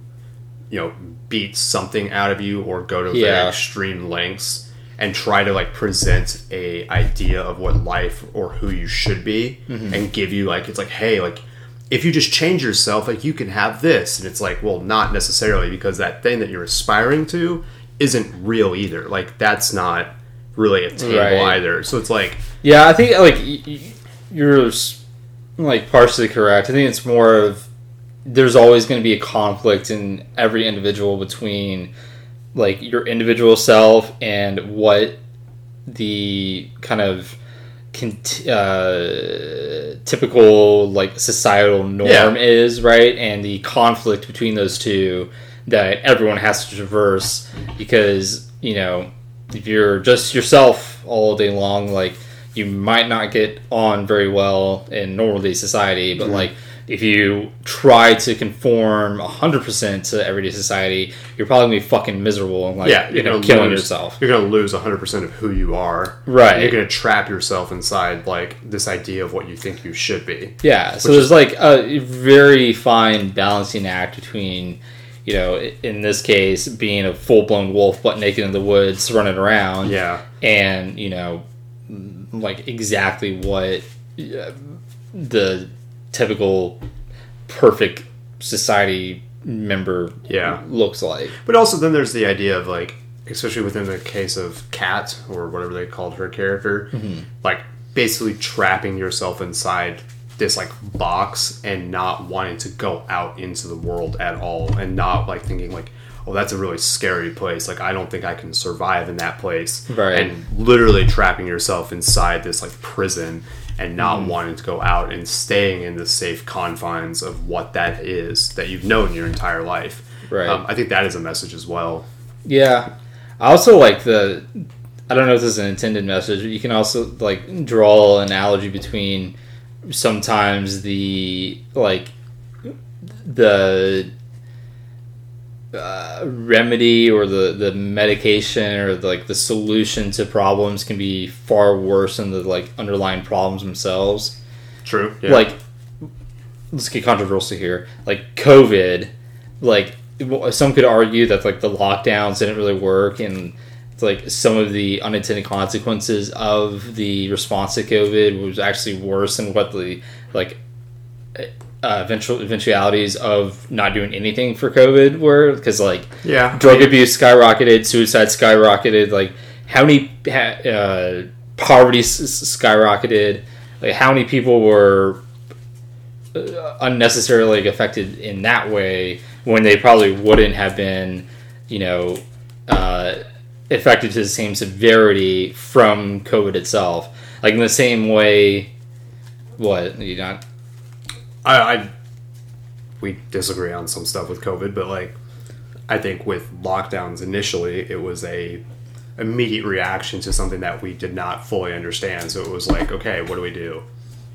Speaker 1: you know beat something out of you or go to
Speaker 2: Yeah.
Speaker 1: very extreme lengths and try to like present a idea of what life or who you should be
Speaker 2: Mm-hmm.
Speaker 1: and give you like it's like hey like if you just change yourself like you can have this and it's like well not necessarily because that thing that you're aspiring to isn't real either like that's not really attainable
Speaker 2: Right.
Speaker 1: either so it's like
Speaker 2: yeah, I think like y- y- you're s- like partially correct. I think it's more of there's always going to be a conflict in every individual between like your individual self and what the kind of cont- uh, typical like societal norm
Speaker 1: Yeah.
Speaker 2: is right and the conflict between those two that everyone has to traverse because you know if you're just yourself all day long like you might not get on very well in normal day society,
Speaker 1: Mm-hmm.
Speaker 2: but like if you try to conform 100% to everyday society, you're probably going to be fucking miserable and like,
Speaker 1: yeah,
Speaker 2: you know, killing
Speaker 1: lose-
Speaker 2: yourself.
Speaker 1: You're gonna lose 100 percent of who you are.
Speaker 2: Right.
Speaker 1: You're gonna trap yourself inside like this idea of what you think you should be.
Speaker 2: Yeah, so there's like a very fine balancing act between, you know, i- in this case, being a full blown wolf, butt naked in the woods, running around,
Speaker 1: Yeah.
Speaker 2: and you know, m- like exactly what uh, the typical perfect society member
Speaker 1: Yeah.
Speaker 2: looks like.
Speaker 1: But also, then there's the idea of like, especially within the case of Kat or whatever they called her character, like basically trapping yourself inside this like box and not wanting to go out into the world at all, and not like thinking like, oh, that's a really scary place. Like, I don't think I can survive in that place.
Speaker 2: Right.
Speaker 1: And literally trapping yourself inside this like prison. And not
Speaker 2: Mm.
Speaker 1: wanting to go out and staying in the safe confines of what that is that you've known your entire life.
Speaker 2: Right.
Speaker 1: Um, I think that is a message as well.
Speaker 2: Yeah. I also like the I don't know if this is an intended message, but you can also like draw an analogy between sometimes the like the uh, remedy or the the medication or like the solution to problems can be far worse than the like underlying problems themselves
Speaker 1: True.
Speaker 2: like let's get controversial here like covid like w- some could argue that like the lockdowns didn't really work and it's like some of the unintended consequences of the response to covid was actually worse than what the like uh, eventual eventualities of not doing anything for covid were because like
Speaker 1: yeah.
Speaker 2: drug abuse skyrocketed, suicide skyrocketed. Like how many ha- uh, poverty s- s- skyrocketed? Like how many people were uh, unnecessarily affected in that way when they probably wouldn't have been, you know, uh, affected to the same severity from COVID itself. Like in the same way, what you not?
Speaker 1: I, I we disagree on some stuff with COVID, but like I think with lockdowns initially, it was a immediate reaction to something that we did not fully understand. So it was like, okay, what do we do?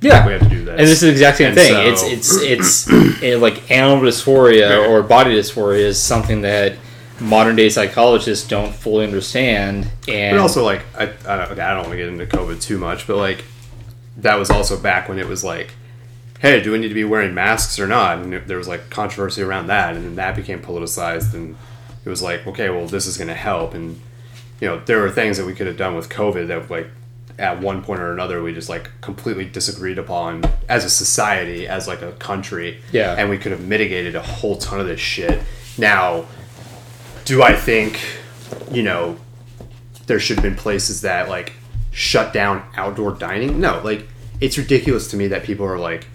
Speaker 2: Yeah,
Speaker 1: We have to do this.
Speaker 2: And this is the exact same
Speaker 1: And
Speaker 2: thing.
Speaker 1: so-
Speaker 2: it's it's it's it, like animal dysphoria or body dysphoria is something that modern day psychologists don't fully understand. And
Speaker 1: But also, like, I, I don't, okay, I don't want to get into COVID too much, but like, that was also back when it was like, hey, do we need to be wearing masks or not? And there was like controversy around that, and then that became politicized, and it was like, okay, well, this is going to help, and you know, there were things that we could have done with COVID that like at one point or another we just like completely disagreed upon as a society, as like a country,
Speaker 2: Yeah.
Speaker 1: and we could have mitigated a whole ton of this shit. Now, do I think, you know, there should have been places that like shut down outdoor dining. No, like it's ridiculous to me that people are like.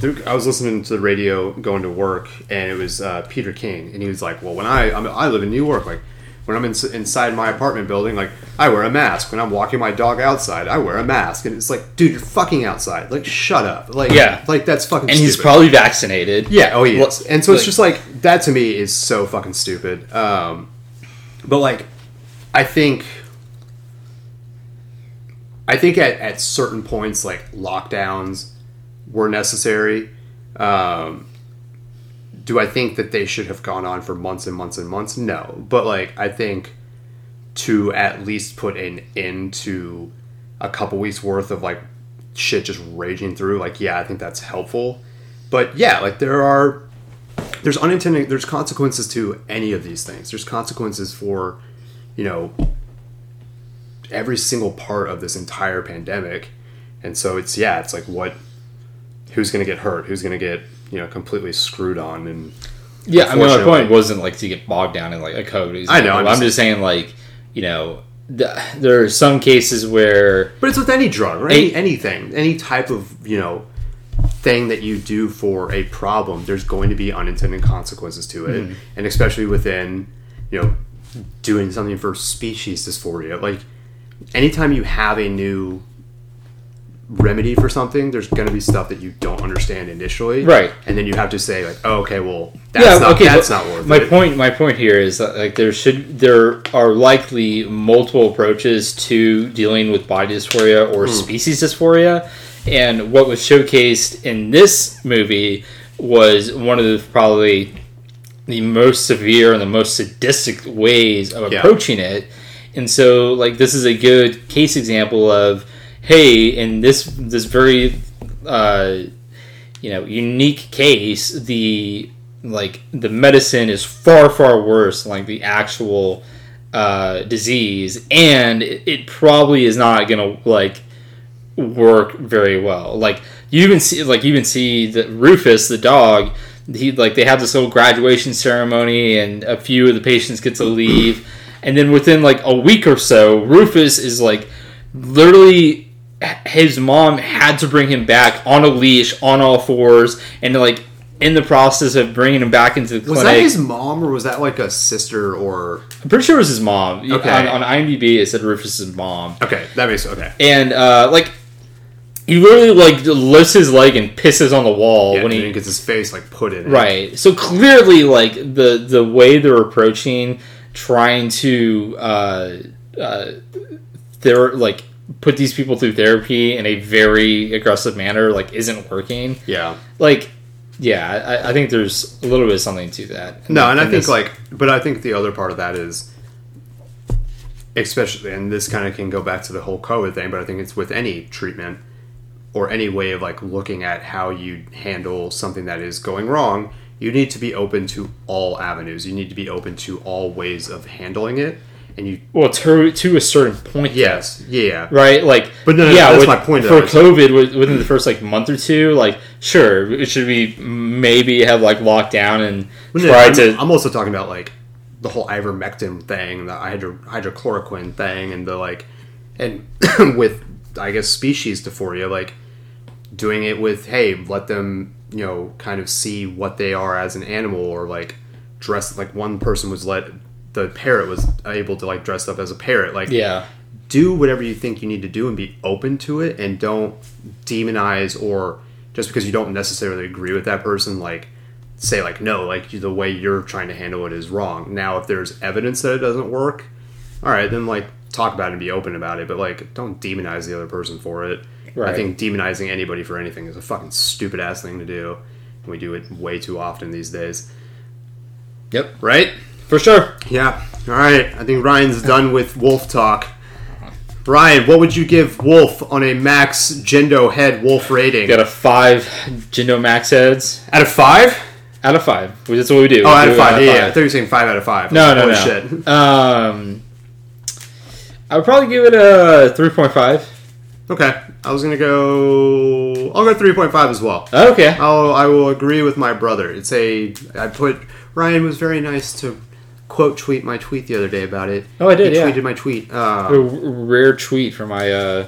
Speaker 1: there- I was listening to the radio going to work, and it was uh, Peter King, and he was like, "Well, when I I'm, I live in New York, like when I'm in, inside my apartment building, like I wear a mask. When I'm walking my dog outside, I wear a mask." And it's like, dude, you're fucking outside. Like, shut up. Like,
Speaker 2: Yeah.
Speaker 1: like that's fucking.
Speaker 2: and he's
Speaker 1: stupid.
Speaker 2: probably vaccinated.
Speaker 1: Yeah, oh yeah.
Speaker 2: Well,
Speaker 1: and so it's
Speaker 2: like-
Speaker 1: just like that to me is so fucking stupid. Um but like I think I think at, at certain points like lockdowns were necessary. Um do I think that they should have gone on for months and months and months? No. But like I think to at least put an end to a couple weeks worth of like shit just raging through like yeah i think that's helpful but yeah like there are there's unintended there's consequences to any of these things there's consequences for you know every single part of this entire pandemic and so it's yeah it's like what who's going to get hurt who's going to get you know completely screwed on and
Speaker 2: Yeah, I mean, my
Speaker 1: Unfortunately.
Speaker 2: point wasn't like to get bogged down in like a
Speaker 1: I
Speaker 2: COVID.
Speaker 1: know,
Speaker 2: example.
Speaker 1: I'm
Speaker 2: I'm,
Speaker 1: just-
Speaker 2: just, saying like you know th- there are some cases where
Speaker 1: But it's with any drug or any,
Speaker 2: Any-
Speaker 1: anything, any type of you know thing that you do for a problem. There's going to be unintended consequences to it,
Speaker 2: Hmm.
Speaker 1: and especially within you know doing something for species dysphoria. Like anytime you have a new remedy for something, there's going to be stuff that you don't understand initially,
Speaker 2: Right.
Speaker 1: And then you have to say like, oh, okay, well, that's not that's
Speaker 2: but
Speaker 1: not worth
Speaker 2: my
Speaker 1: it.
Speaker 2: point my point here is that like there should there are likely multiple approaches to dealing with body dysphoria
Speaker 1: Hmm.
Speaker 2: or species dysphoria and what was showcased in this movie was one of the probably the most severe and the most sadistic ways of
Speaker 1: Yeah.
Speaker 2: approaching it and so like this is a good case example of hey in this this very uh you know unique case the like the medicine is far far worse than like the actual uh, disease and it, it probably is not gonna like work very well like you even see like you even see that rufus the dog he like they have this little graduation ceremony and a few of the patients get to leave and then within like a week or so rufus is like literally his mom had to bring him back on a leash on all fours and like in the process of bringing him back into the
Speaker 1: was
Speaker 2: clinic
Speaker 1: that his mom or was that like a sister or
Speaker 2: i'm pretty sure it was his mom
Speaker 1: Okay.
Speaker 2: on, on imdb it said rufus's mom
Speaker 1: okay? That makes okay.
Speaker 2: and uh like he literally like lifts his leg and pisses on the wall
Speaker 1: Yeah, and
Speaker 2: when he
Speaker 1: then gets his face like put in it.
Speaker 2: Right. So clearly, like the the way they're approaching trying to uh, uh, they're like put these people through therapy in a very aggressive manner, like isn't working.
Speaker 1: Yeah.
Speaker 2: Like, yeah, I, I think there's a little bit of something to that.
Speaker 1: No, and I think
Speaker 2: this-
Speaker 1: like, but I think the other part of that is, especially, and this kind of can go back to the whole COVID thing, but I think it's with any treatment or any way of like looking at how you handle something that is going wrong. You need to be open to all avenues. You need to be open to all ways of handling it, and you
Speaker 2: well to to a certain point.
Speaker 1: yes, yeah,
Speaker 2: Right, like,
Speaker 1: But no, no,
Speaker 2: yeah,
Speaker 1: that's
Speaker 2: with-
Speaker 1: my point,
Speaker 2: For
Speaker 1: though, is-
Speaker 2: COVID, with- within the first like month or two, like, sure, should we maybe have like locked down and
Speaker 1: Well, no,
Speaker 2: tried
Speaker 1: I'm,
Speaker 2: to
Speaker 1: I'm also talking about like the whole ivermectin thing, the hydro, hydrochloroquine thing, and the like, and with I guess species dysphoria, like doing it with hey, let them you know kind of see what they are as an animal, or like dress like one person was let the parrot was able to like dress up as a parrot, like
Speaker 2: yeah,
Speaker 1: do whatever you think you need to do and be open to it and don't demonize or just because you don't necessarily agree with that person like say like no like the way you're trying to handle it is wrong now if there's evidence that it doesn't work all right then like talk about it and be open about it but like don't demonize the other person for it i
Speaker 2: Right.
Speaker 1: think demonizing anybody for anything is a fucking stupid ass thing to do and we do it way too often these days
Speaker 2: yep,
Speaker 1: right
Speaker 2: for sure.
Speaker 1: yeah. All right. I think Ryan's done with wolf talk. Ryan, what would you give Wolf on a max Gendo head wolf rating?
Speaker 2: Got a five Jindo Max heads
Speaker 1: out of five?
Speaker 2: out of five. which- That's what we do.
Speaker 1: Oh,
Speaker 2: We
Speaker 1: out
Speaker 2: do
Speaker 1: of
Speaker 2: it
Speaker 1: five. yeah, yeah. I thought you were saying five out of five.
Speaker 2: No, no,
Speaker 1: Holy
Speaker 2: no.
Speaker 1: shit.
Speaker 2: Um, I would probably give it a three point five.
Speaker 1: Okay. I was gonna go. I'll go three point five as well.
Speaker 2: Oh, Okay.
Speaker 1: I'll, I will agree with my brother. It's a. I put. Ryan was very nice to quote tweet my tweet the other day about it.
Speaker 2: Oh, I did,
Speaker 1: He
Speaker 2: yeah.
Speaker 1: tweeted my tweet.
Speaker 2: A
Speaker 1: Uh,
Speaker 2: r- rare tweet for my uh,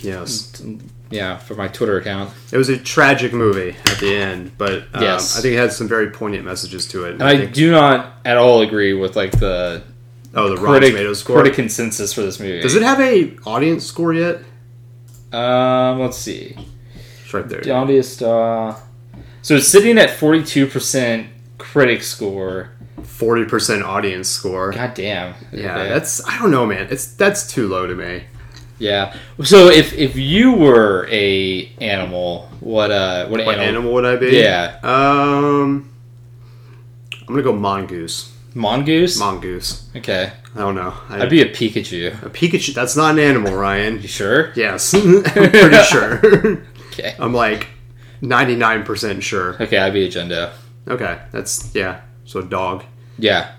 Speaker 1: yes.
Speaker 2: yeah, for my Twitter account.
Speaker 1: It was a tragic movie at the end, but um,
Speaker 2: Yes.
Speaker 1: I think it had some very poignant messages to it.
Speaker 2: And I
Speaker 1: think,
Speaker 2: do not at all agree with like the
Speaker 1: oh, the Rotten
Speaker 2: critic,
Speaker 1: Tomatoes score.
Speaker 2: critic consensus for this movie.
Speaker 1: Does it have a audience score yet?
Speaker 2: Um, let's see.
Speaker 1: It's right there.
Speaker 2: Audience. Uh, so it's sitting at forty two percent critic score.
Speaker 1: Forty percent audience score.
Speaker 2: God damn.
Speaker 1: yeah, that's I don't know, man. It's that's too low to me.
Speaker 2: Yeah. So if if you were a animal, what uh what,
Speaker 1: What
Speaker 2: animal?
Speaker 1: animal would I be?
Speaker 2: Yeah.
Speaker 1: Um, I'm gonna go mongoose.
Speaker 2: Mongoose?
Speaker 1: Mongoose.
Speaker 2: okay.
Speaker 1: I don't know. I,
Speaker 2: I'd be a Pikachu.
Speaker 1: a Pikachu. That's not an animal, Ryan.
Speaker 2: You sure?
Speaker 1: Yes, I'm pretty sure.
Speaker 2: Okay.
Speaker 1: I'm like ninety nine percent sure.
Speaker 2: Okay, I'd be a Jendo.
Speaker 1: Okay, that's yeah. So dog.
Speaker 2: Yeah.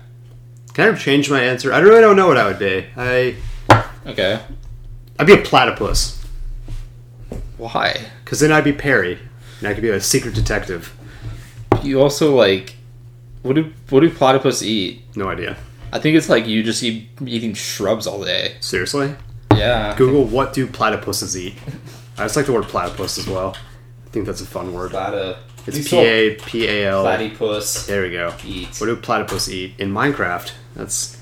Speaker 1: Kind of changed my answer. I really don't know what I would be. I
Speaker 2: Okay.
Speaker 1: I'd be a platypus
Speaker 2: Why?
Speaker 1: because then I'd be Perry, and I could be a secret detective.
Speaker 2: You also like what do what do platypus eat?
Speaker 1: No idea.
Speaker 2: I think it's like you just eat eating shrubs all day.
Speaker 1: Seriously,
Speaker 2: Yeah.
Speaker 1: Google what do platypuses eat. I just like the word platypus as well. I think that's a fun word.
Speaker 2: Platy.
Speaker 1: It's P A P A L.
Speaker 2: platypus
Speaker 1: There we go.
Speaker 2: eat.
Speaker 1: What do platypus eat in Minecraft? That's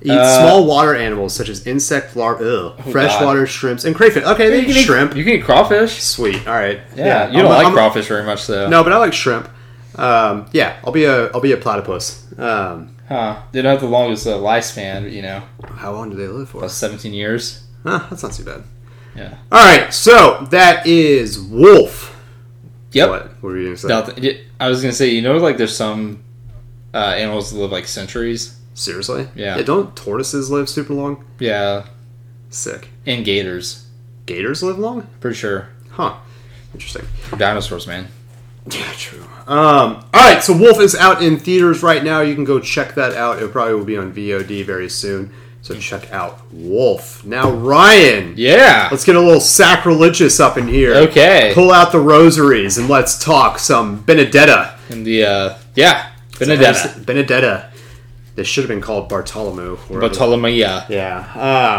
Speaker 1: Eat
Speaker 2: Uh, oh
Speaker 1: small water animals such as insect larvae, ugh, freshwater shrimps, and crayfish. Okay, they
Speaker 2: You
Speaker 1: eat
Speaker 2: can eat-
Speaker 1: shrimp.
Speaker 2: You can eat crawfish.
Speaker 1: Sweet. All right.
Speaker 2: Yeah, you don't
Speaker 1: I'm-
Speaker 2: like
Speaker 1: I'm-
Speaker 2: crawfish very much, though.
Speaker 1: No, but I like shrimp. Um, yeah, I'll be a I'll be a platypus. Um,
Speaker 2: Huh. They don't have the longest uh, lifespan, but, you know,
Speaker 1: how long do they live for?
Speaker 2: about 17 years.
Speaker 1: Huh, that's not too bad.
Speaker 2: Yeah.
Speaker 1: All right, so that is wolf.
Speaker 2: Yep.
Speaker 1: What, what were you gonna say?
Speaker 2: Nothing. Yeah, I was gonna say, you know, like there's some uh, animals that live like centuries.
Speaker 1: Seriously?
Speaker 2: Yeah.
Speaker 1: Don't tortoises live super long?
Speaker 2: Yeah,
Speaker 1: Sick.
Speaker 2: and gators,
Speaker 1: Gators live long?
Speaker 2: pretty sure.
Speaker 1: Huh. Interesting.
Speaker 2: Dinosaurs, man.
Speaker 1: Yeah, true. Um, all right, so Wolf is out in theaters right now. You can go check that out. It probably will be on VOD very soon. So check out Wolf. Now, Ryan,
Speaker 2: Yeah.
Speaker 1: let's get a little sacrilegious up in here.
Speaker 2: Okay.
Speaker 1: Pull out the rosaries and let's talk some Benedetta.
Speaker 2: And the uh, yeah, Benedetta,
Speaker 1: Benedetta. This should have been called Bartolomeo. or-
Speaker 2: Bartolomea.
Speaker 1: Yeah.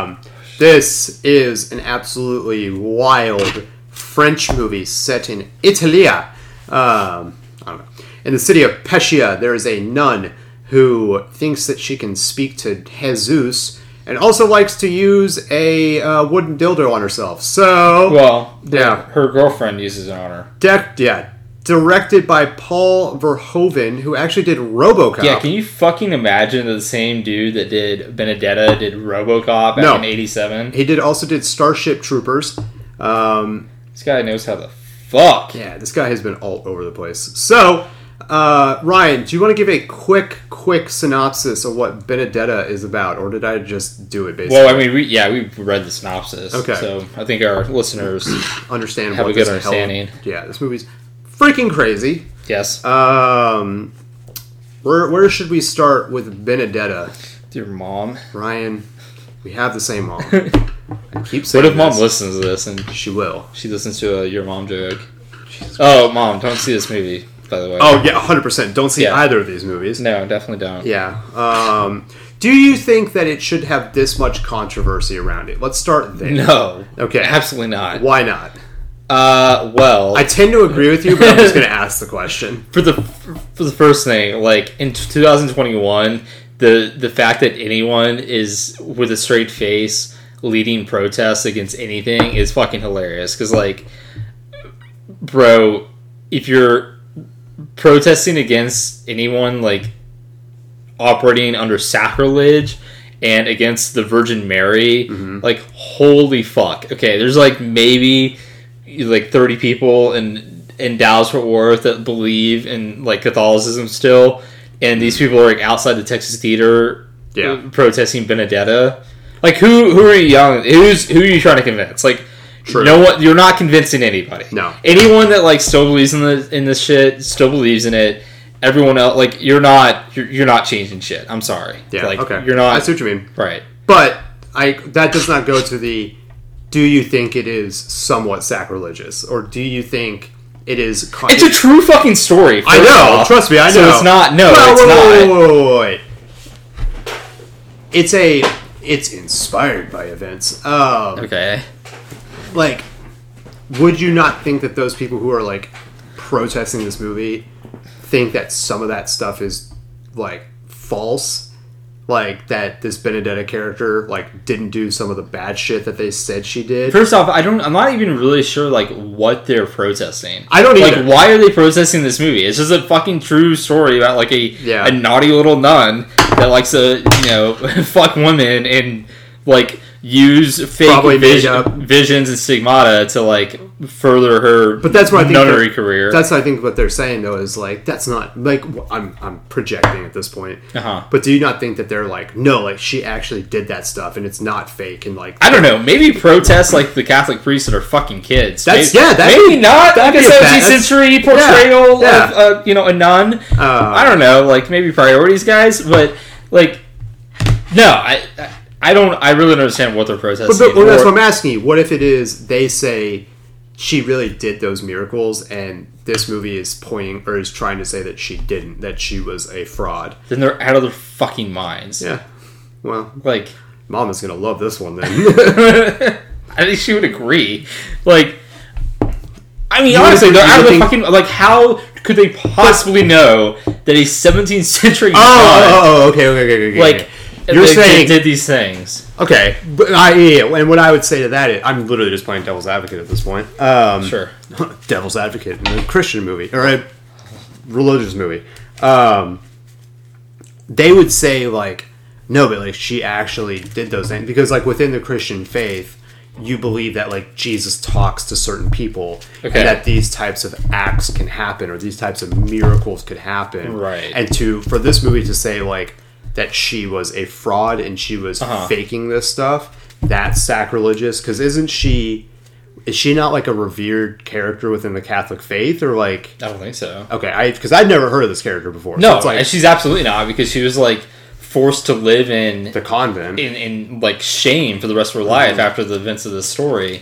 Speaker 1: Um, this is an absolutely wild French movie set in Italia. Um, I don't know. In the city of Pescia, there is a nun who thinks that she can speak to Jesus and also likes to use a uh, wooden dildo on herself. So,
Speaker 2: Well,
Speaker 1: yeah.
Speaker 2: her girlfriend uses it on her.
Speaker 1: Dec- yeah. Directed by Paul Verhoeven, who actually did RoboCop.
Speaker 2: Yeah, can you fucking imagine that the same dude that did Benedetta did RoboCop back
Speaker 1: No.
Speaker 2: in '87?
Speaker 1: he did also did Starship Troopers. Um,
Speaker 2: This guy knows how the fuck.
Speaker 1: Yeah, this guy has been all over the place. So, uh, Ryan, do you want to give a quick, quick synopsis of what Benedetta is about, or did I just do it basically?
Speaker 2: Well, I mean, we, yeah, we read the synopsis,
Speaker 1: Okay.
Speaker 2: so I think our listeners,
Speaker 1: Understand
Speaker 2: have
Speaker 1: what
Speaker 2: a good
Speaker 1: this hell-
Speaker 2: understanding.
Speaker 1: yeah, this movie's freaking crazy.
Speaker 2: yes,
Speaker 1: Um, where where should we start with Benedetta,
Speaker 2: your mom.
Speaker 1: Ryan? We have the same mom. I keep saying
Speaker 2: What if mom
Speaker 1: this.
Speaker 2: listens to this and
Speaker 1: She will.
Speaker 2: she listens to a your mom joke? Oh, mom, don't see this movie, by the way.
Speaker 1: Oh yeah, hundred percent. Don't see
Speaker 2: Yeah.
Speaker 1: either of these movies.
Speaker 2: No, definitely don't.
Speaker 1: Yeah. Um, do you think that it should have this much controversy around it? Let's start there.
Speaker 2: No.
Speaker 1: Okay.
Speaker 2: Absolutely not.
Speaker 1: Why not?
Speaker 2: Uh, well,
Speaker 1: I tend to agree with you, but I'm just going to ask the question.
Speaker 2: for the for the first thing, like in 2021, the the fact that anyone is with a straight face leading protests against anything is fucking hilarious. Because like, bro, if you're protesting against anyone like operating under sacrilege and against the Virgin Mary, like holy fuck. Okay, there's like maybe like 30 people in in Dallas Fort Worth that believe in like Catholicism still, and these people are like outside the Texas Theater, uh,
Speaker 1: Yeah.
Speaker 2: protesting Benedetta. Like who who are you young? Who's who are you trying to convince? Like.
Speaker 1: True.
Speaker 2: No one, you're not convincing anybody.
Speaker 1: No.
Speaker 2: anyone that like still believes in the in this shit still believes in it. Everyone else, like you're not, you're, you're not changing shit. I'm sorry.
Speaker 1: Yeah.
Speaker 2: like,
Speaker 1: okay.
Speaker 2: You're
Speaker 1: I
Speaker 2: not
Speaker 1: see what you mean.
Speaker 2: right.
Speaker 1: But I that does not go to the do you think it is somewhat sacrilegious or do you think it is con-
Speaker 2: It's a true fucking story.
Speaker 1: I
Speaker 2: first
Speaker 1: know.
Speaker 2: off.
Speaker 1: Trust me, I know.
Speaker 2: So it's not. No,
Speaker 1: Whoa,
Speaker 2: it's
Speaker 1: whoa,
Speaker 2: not.
Speaker 1: whoa, whoa, whoa, whoa, wait. It's a it's inspired by events. Um
Speaker 2: Okay.
Speaker 1: like would you not think that those people who are like protesting this movie think that some of that stuff is like false like that this benedetta character like didn't do some of the bad shit that they said she did
Speaker 2: First off, I don't. I'm not even really sure like what they're protesting.
Speaker 1: I don't
Speaker 2: like.
Speaker 1: either.
Speaker 2: Why are they protesting this movie? It's just a fucking true story about like a
Speaker 1: Yeah.
Speaker 2: a naughty little nun that likes to you know fuck women and like use fake
Speaker 1: Probably made
Speaker 2: vis-
Speaker 1: up.
Speaker 2: visions and stigmata to like further her.
Speaker 1: But that's what I think
Speaker 2: nunnery
Speaker 1: that-
Speaker 2: career.
Speaker 1: that's i think what they're saying though is like that's not like wh- i'm i'm projecting at this point
Speaker 2: Uh-huh.
Speaker 1: but do you not think that they're like no like she actually did that stuff and it's not fake and like
Speaker 2: I don't know. Maybe protest like the Catholic priests that are fucking kids.
Speaker 1: That's-
Speaker 2: maybe,
Speaker 1: yeah, that'd
Speaker 2: maybe
Speaker 1: be-
Speaker 2: not like
Speaker 1: that'd
Speaker 2: a
Speaker 1: be a bad-
Speaker 2: 17th century portrayal
Speaker 1: yeah. Uh,
Speaker 2: of uh, you know a nun. I don't know, like maybe priorities, guys. But like, no, I I- I don't. I really don't understand what they're protesting.
Speaker 1: But, but well, that's
Speaker 2: for.
Speaker 1: what I'm asking you. What if it is they say she really did those miracles, and this movie is pointing or is trying to say that she didn't, that she was a fraud?
Speaker 2: then they're out of their fucking minds.
Speaker 1: Yeah. Well,
Speaker 2: Like,
Speaker 1: mom is gonna love this one then.
Speaker 2: I think she would agree. Like, I mean,
Speaker 1: would
Speaker 2: honestly,
Speaker 1: agree-
Speaker 2: they're
Speaker 1: you
Speaker 2: out of
Speaker 1: would
Speaker 2: their
Speaker 1: think-
Speaker 2: fucking like. How could they possibly know that a 17th century? nun
Speaker 1: oh, oh, oh, okay, okay, okay, okay. okay.
Speaker 2: like
Speaker 1: You're
Speaker 2: they
Speaker 1: saying-
Speaker 2: did these things.
Speaker 1: Okay, but I, yeah, yeah, and what I would say to that is, I'm literally just playing devil's advocate at this point. Um,
Speaker 2: Sure.
Speaker 1: devil's advocate in a Christian movie or a religious movie. Um, they would say like, no, but like she actually did those things because like within the Christian faith, you believe that like Jesus talks to certain people
Speaker 2: Okay.
Speaker 1: and that these types of acts can happen or these types of miracles could happen.
Speaker 2: Right.
Speaker 1: And to for this movie to say like that she was a fraud and she was
Speaker 2: Uh-huh.
Speaker 1: faking this stuff, that's sacrilegious. Because isn't she? Is she not like a revered character within the Catholic faith, or like?
Speaker 2: I don't think so.
Speaker 1: Okay, I because I'd never heard of this character before. so
Speaker 2: No,
Speaker 1: it's like
Speaker 2: and she's absolutely not because she was like forced to live in
Speaker 1: the convent.
Speaker 2: in, in like shame for the rest of her life after the events of this story.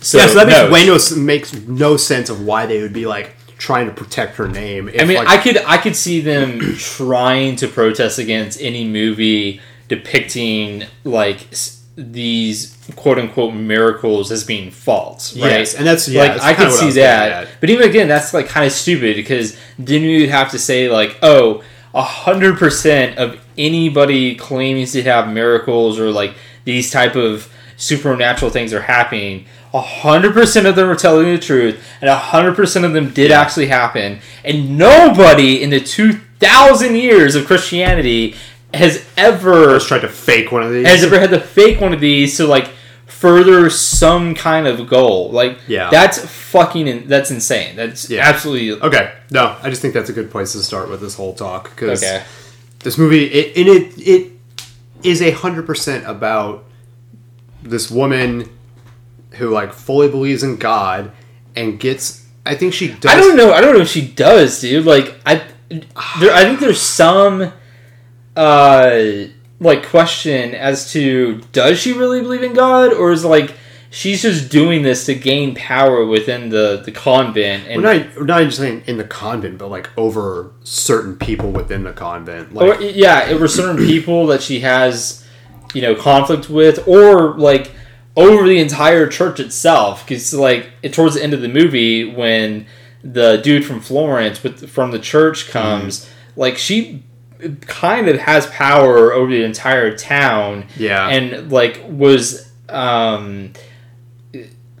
Speaker 2: So,
Speaker 1: yeah, so that makes
Speaker 2: no,
Speaker 1: way no s- makes no sense of why they would be like trying to protect her name. If,
Speaker 2: I mean,
Speaker 1: like,
Speaker 2: I could I could see them trying to protest against any movie depicting like s- these quote unquote miracles as being false. Right?
Speaker 1: Yes, and that's- yeah,
Speaker 2: like
Speaker 1: that's
Speaker 2: I
Speaker 1: kinda
Speaker 2: could
Speaker 1: what I
Speaker 2: see
Speaker 1: was getting
Speaker 2: that,
Speaker 1: at.
Speaker 2: but even again, that's like kind of stupid because then you'd have to say like, oh, a hundred percent of anybody claiming to have miracles or like these type of supernatural things are happening. A hundred percent of them are telling the truth, and a hundred percent of them did actually happen. And nobody in the two thousand years of Christianity has ever
Speaker 1: just tried to fake one of these.
Speaker 2: has ever had to fake one of these to like further some kind of goal. Like,
Speaker 1: Yeah.
Speaker 2: that's fucking in, that's insane. That's
Speaker 1: Yeah.
Speaker 2: absolutely
Speaker 1: okay, no, I just think that's a good place to start with this whole talk because
Speaker 2: okay.
Speaker 1: this movie it and it it is a hundred percent about this woman who like fully believes in God and gets. I think she does.
Speaker 2: I don't know. I don't know if she does, dude. Like, I there, I think there's some uh like question as to does she really believe in God or is like she's just doing this to gain power within the the convent and.
Speaker 1: Well, not, not just saying in the convent, but like over certain people within the convent. Like,
Speaker 2: or yeah, it were certain people that she has, you know, conflict with, or like over the entire church itself. Because like it, towards the end of the movie, when the dude from Florence with from the church comes, like she kind of has power over the entire town.
Speaker 1: Yeah.
Speaker 2: and like was um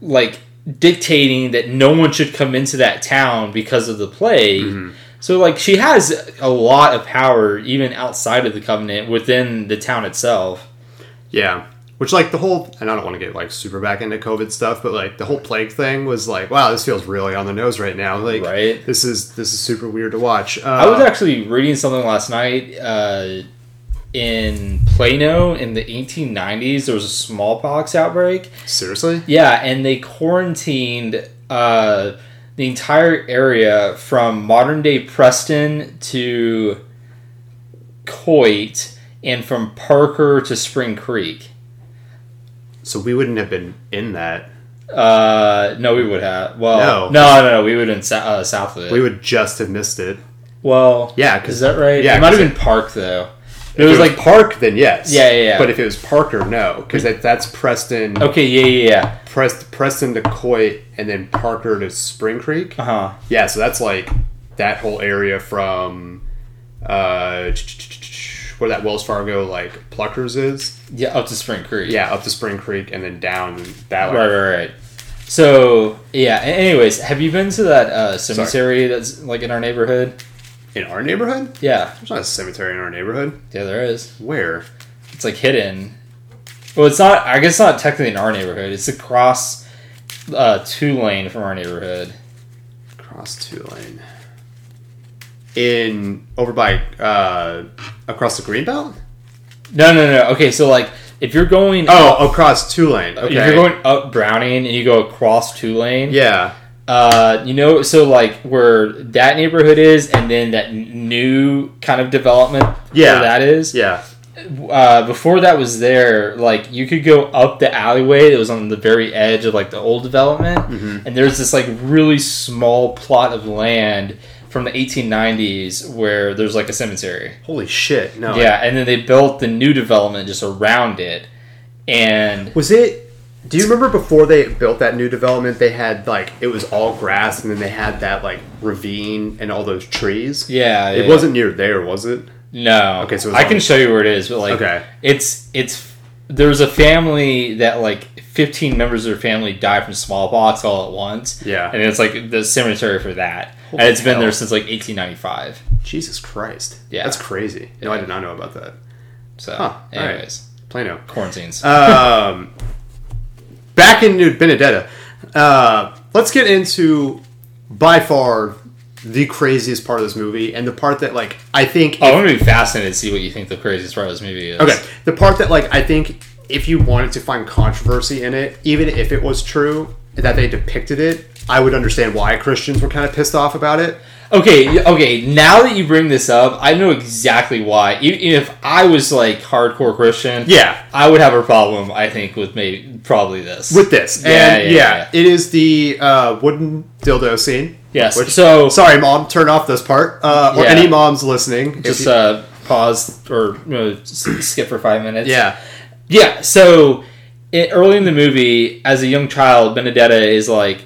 Speaker 2: like dictating that no one should come into that town because of the plague. So like she has a lot of power even outside of the covenant within the town itself.
Speaker 1: yeah. Which like the whole, and I don't want to get like super back into COVID stuff, but like the whole plague thing was like, wow, this feels really on the nose right now. Like,
Speaker 2: Right.
Speaker 1: this is this is super weird to watch. Uh,
Speaker 2: I was actually reading something last night uh, in Plano in the 1890s. There was a smallpox outbreak.
Speaker 1: seriously,
Speaker 2: Yeah, and they quarantined uh, the entire area from modern day Preston to Coit, and from Parker to Spring Creek.
Speaker 1: so we wouldn't have been in that.
Speaker 2: Uh, no, we would have. Well, no,
Speaker 1: No.
Speaker 2: no, no, we would in sou- uh, south of it.
Speaker 1: We would just have missed it.
Speaker 2: well,
Speaker 1: Yeah,
Speaker 2: is
Speaker 1: because
Speaker 2: that right?
Speaker 1: yeah,
Speaker 2: it might have
Speaker 1: 'cause
Speaker 2: been Park though. It was,
Speaker 1: if
Speaker 2: like
Speaker 1: Park, then yes.
Speaker 2: Yeah, yeah, yeah.
Speaker 1: But if it was Parker, no, because that, that's Preston,
Speaker 2: okay, yeah, yeah, yeah.
Speaker 1: Prest, Preston to Coit, and then Parker to Spring Creek.
Speaker 2: Uh huh.
Speaker 1: Yeah, so that's like that whole area from uh, where that Wells Fargo like Pluckers is.
Speaker 2: Yeah, up to Spring Creek.
Speaker 1: Yeah, up to Spring Creek and then down that way.
Speaker 2: Right, right, right. So yeah. a- Anyways, have you been to that uh, cemetery that's like in our neighborhood?
Speaker 1: In our neighborhood,
Speaker 2: Yeah,
Speaker 1: there's not a cemetery in our neighborhood.
Speaker 2: yeah, there is.
Speaker 1: Where?
Speaker 2: It's like hidden. Well, it's not. I guess it's not technically in our neighborhood. It's across uh, two lane from our neighborhood.
Speaker 1: Across Tulane. In over by uh, across the Greenbelt.
Speaker 2: No, no, no. Okay, so like if you're going,
Speaker 1: Oh, across Tulane. Okay.
Speaker 2: if you're going up Browning and you go across two lane,
Speaker 1: yeah.
Speaker 2: Uh, you know, so like where that neighborhood is, and then that n- new kind of development,
Speaker 1: Yeah.
Speaker 2: where that is.
Speaker 1: Yeah.
Speaker 2: Uh, before that was there, like you could go up the alleyway that was on the very edge of like the old development, and there's this like really small plot of land from the 1890s where there's like a cemetery.
Speaker 1: Holy shit. No.
Speaker 2: Yeah, and then they built the new development just around it, and
Speaker 1: Was it? Do you remember before they built that new development, they had like it was all grass, and then they had that like ravine and all those trees.
Speaker 2: yeah,
Speaker 1: It
Speaker 2: yeah.
Speaker 1: wasn't near there, was it?
Speaker 2: No.
Speaker 1: Okay, so it was
Speaker 2: I
Speaker 1: on-
Speaker 2: can show you where it is, but like
Speaker 1: Okay.
Speaker 2: it's it's there's a family that like 15 members of their family die from smallpox all at once.
Speaker 1: Yeah.
Speaker 2: And it's like the cemetery for that.
Speaker 1: Holy
Speaker 2: and it's been
Speaker 1: hell.
Speaker 2: there since like 1895.
Speaker 1: Jesus Christ.
Speaker 2: Yeah.
Speaker 1: That's crazy. No, I
Speaker 2: Yeah.
Speaker 1: did not know about that.
Speaker 2: So,
Speaker 1: Huh, all right.
Speaker 2: anyways,
Speaker 1: Plano.
Speaker 2: quarantines.
Speaker 1: Um, back into Benedetta. Uh, let's get into by far the craziest part of this movie and the part that like I think
Speaker 2: oh, I'm going to be fascinated to see what you think the craziest part of this movie is.
Speaker 1: Okay, the part that like I think if you wanted to find controversy in it, even if it was true that they depicted it, I would understand why Christians were kind of pissed off about it.
Speaker 2: Okay, y- okay. Now that you bring this up, I know exactly why. E- If I was like hardcore Christian,
Speaker 1: Yeah.
Speaker 2: I would have a problem. I think with maybe probably this.
Speaker 1: With this,
Speaker 2: Yeah,
Speaker 1: and yeah,
Speaker 2: yeah, yeah.
Speaker 1: it is the uh, wooden dildo scene.
Speaker 2: yes.
Speaker 1: Which,
Speaker 2: so
Speaker 1: sorry, mom, turn off this part. Uh, or
Speaker 2: Yeah.
Speaker 1: any moms listening, if
Speaker 2: just
Speaker 1: you-
Speaker 2: uh, pause or you know, s- skip for five minutes.
Speaker 1: yeah,
Speaker 2: Yeah, so it, early in the movie, as a young child, Benedetta is like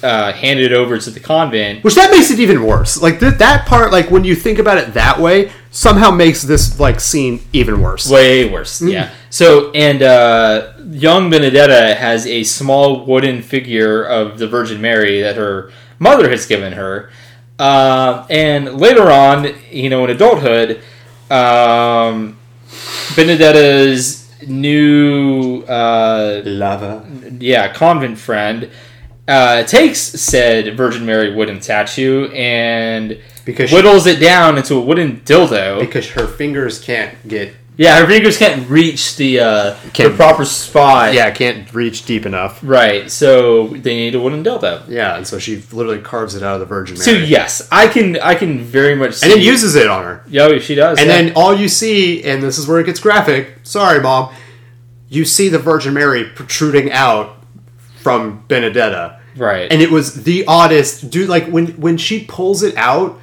Speaker 2: uh, handed over to the convent.
Speaker 1: which that makes it even worse. Like th- that part, like when you think about it that way, somehow makes this like scene even worse.
Speaker 2: Way worse,
Speaker 1: Mm-hmm.
Speaker 2: yeah. So, and uh, young Benedetta has a small wooden figure of the Virgin Mary that her mother has given her. Uh, and later on, you know, in adulthood, um, Benedetta's new uh,
Speaker 1: Lava.
Speaker 2: yeah, convent friend, uh, takes said Virgin Mary wooden statue and
Speaker 1: Because she-
Speaker 2: whittles it down into a wooden dildo.
Speaker 1: Because her fingers can't get
Speaker 2: yeah, her fingers can't reach the uh,
Speaker 1: Can't-
Speaker 2: the proper spot.
Speaker 1: yeah can't reach deep enough.
Speaker 2: right. So they need a wooden dildo.
Speaker 1: Yeah, and so she literally carves it out of the Virgin Mary.
Speaker 2: So yes, I can I can very much see
Speaker 1: and then uses it on her.
Speaker 2: Yo, she does.
Speaker 1: And
Speaker 2: yeah.
Speaker 1: then all you see, and this is where it gets graphic. Sorry, mom. You see the Virgin Mary protruding out from Benedetta,
Speaker 2: right.
Speaker 1: and it was the oddest dude. Like when when she pulls it out,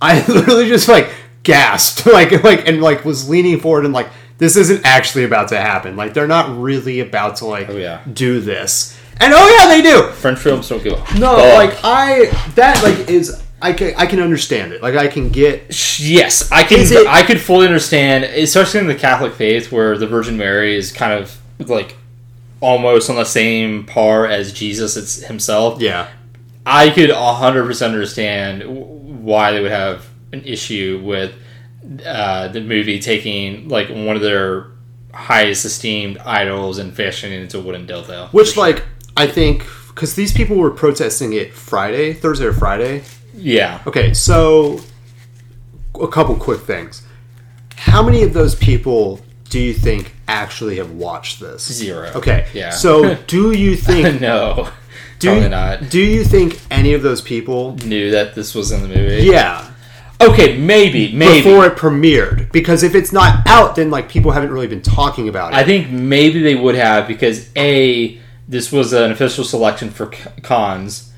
Speaker 1: I literally just like gasped, like like and like was leaning forward and like this isn't actually about to happen. Like they're not really about to like
Speaker 2: Oh, yeah.
Speaker 1: do this. And oh yeah, they do.
Speaker 2: French films don't give a
Speaker 1: No,
Speaker 2: fuck.
Speaker 1: like I that like is I can I can understand it. Like I can get
Speaker 2: Yes, I can.
Speaker 1: Is it-
Speaker 2: I could fully understand, especially in the Catholic faith, where the Virgin Mary is kind of like almost on the same par as Jesus it's himself.
Speaker 1: yeah.
Speaker 2: I could hundred percent understand w- why they would have an issue with uh, the movie taking like one of their highest esteemed idols and fashioning it into a wooden dildo.
Speaker 1: Which like I think because these people were protesting it Friday, Thursday or Friday.
Speaker 2: yeah,
Speaker 1: Okay, so a couple quick things. How many of those people do you think actually have watched this?
Speaker 2: Zero.
Speaker 1: Okay.
Speaker 2: Yeah.
Speaker 1: So do you think
Speaker 2: no,
Speaker 1: do
Speaker 2: probably
Speaker 1: you,
Speaker 2: not.
Speaker 1: do you think any of those people?
Speaker 2: Knew that this was in the movie.
Speaker 1: Yeah.
Speaker 2: Okay, maybe, maybe.
Speaker 1: Before it premiered, because if it's not out, then like people haven't really been talking about it.
Speaker 2: I think maybe they would have because a this was an official selection for c- cons,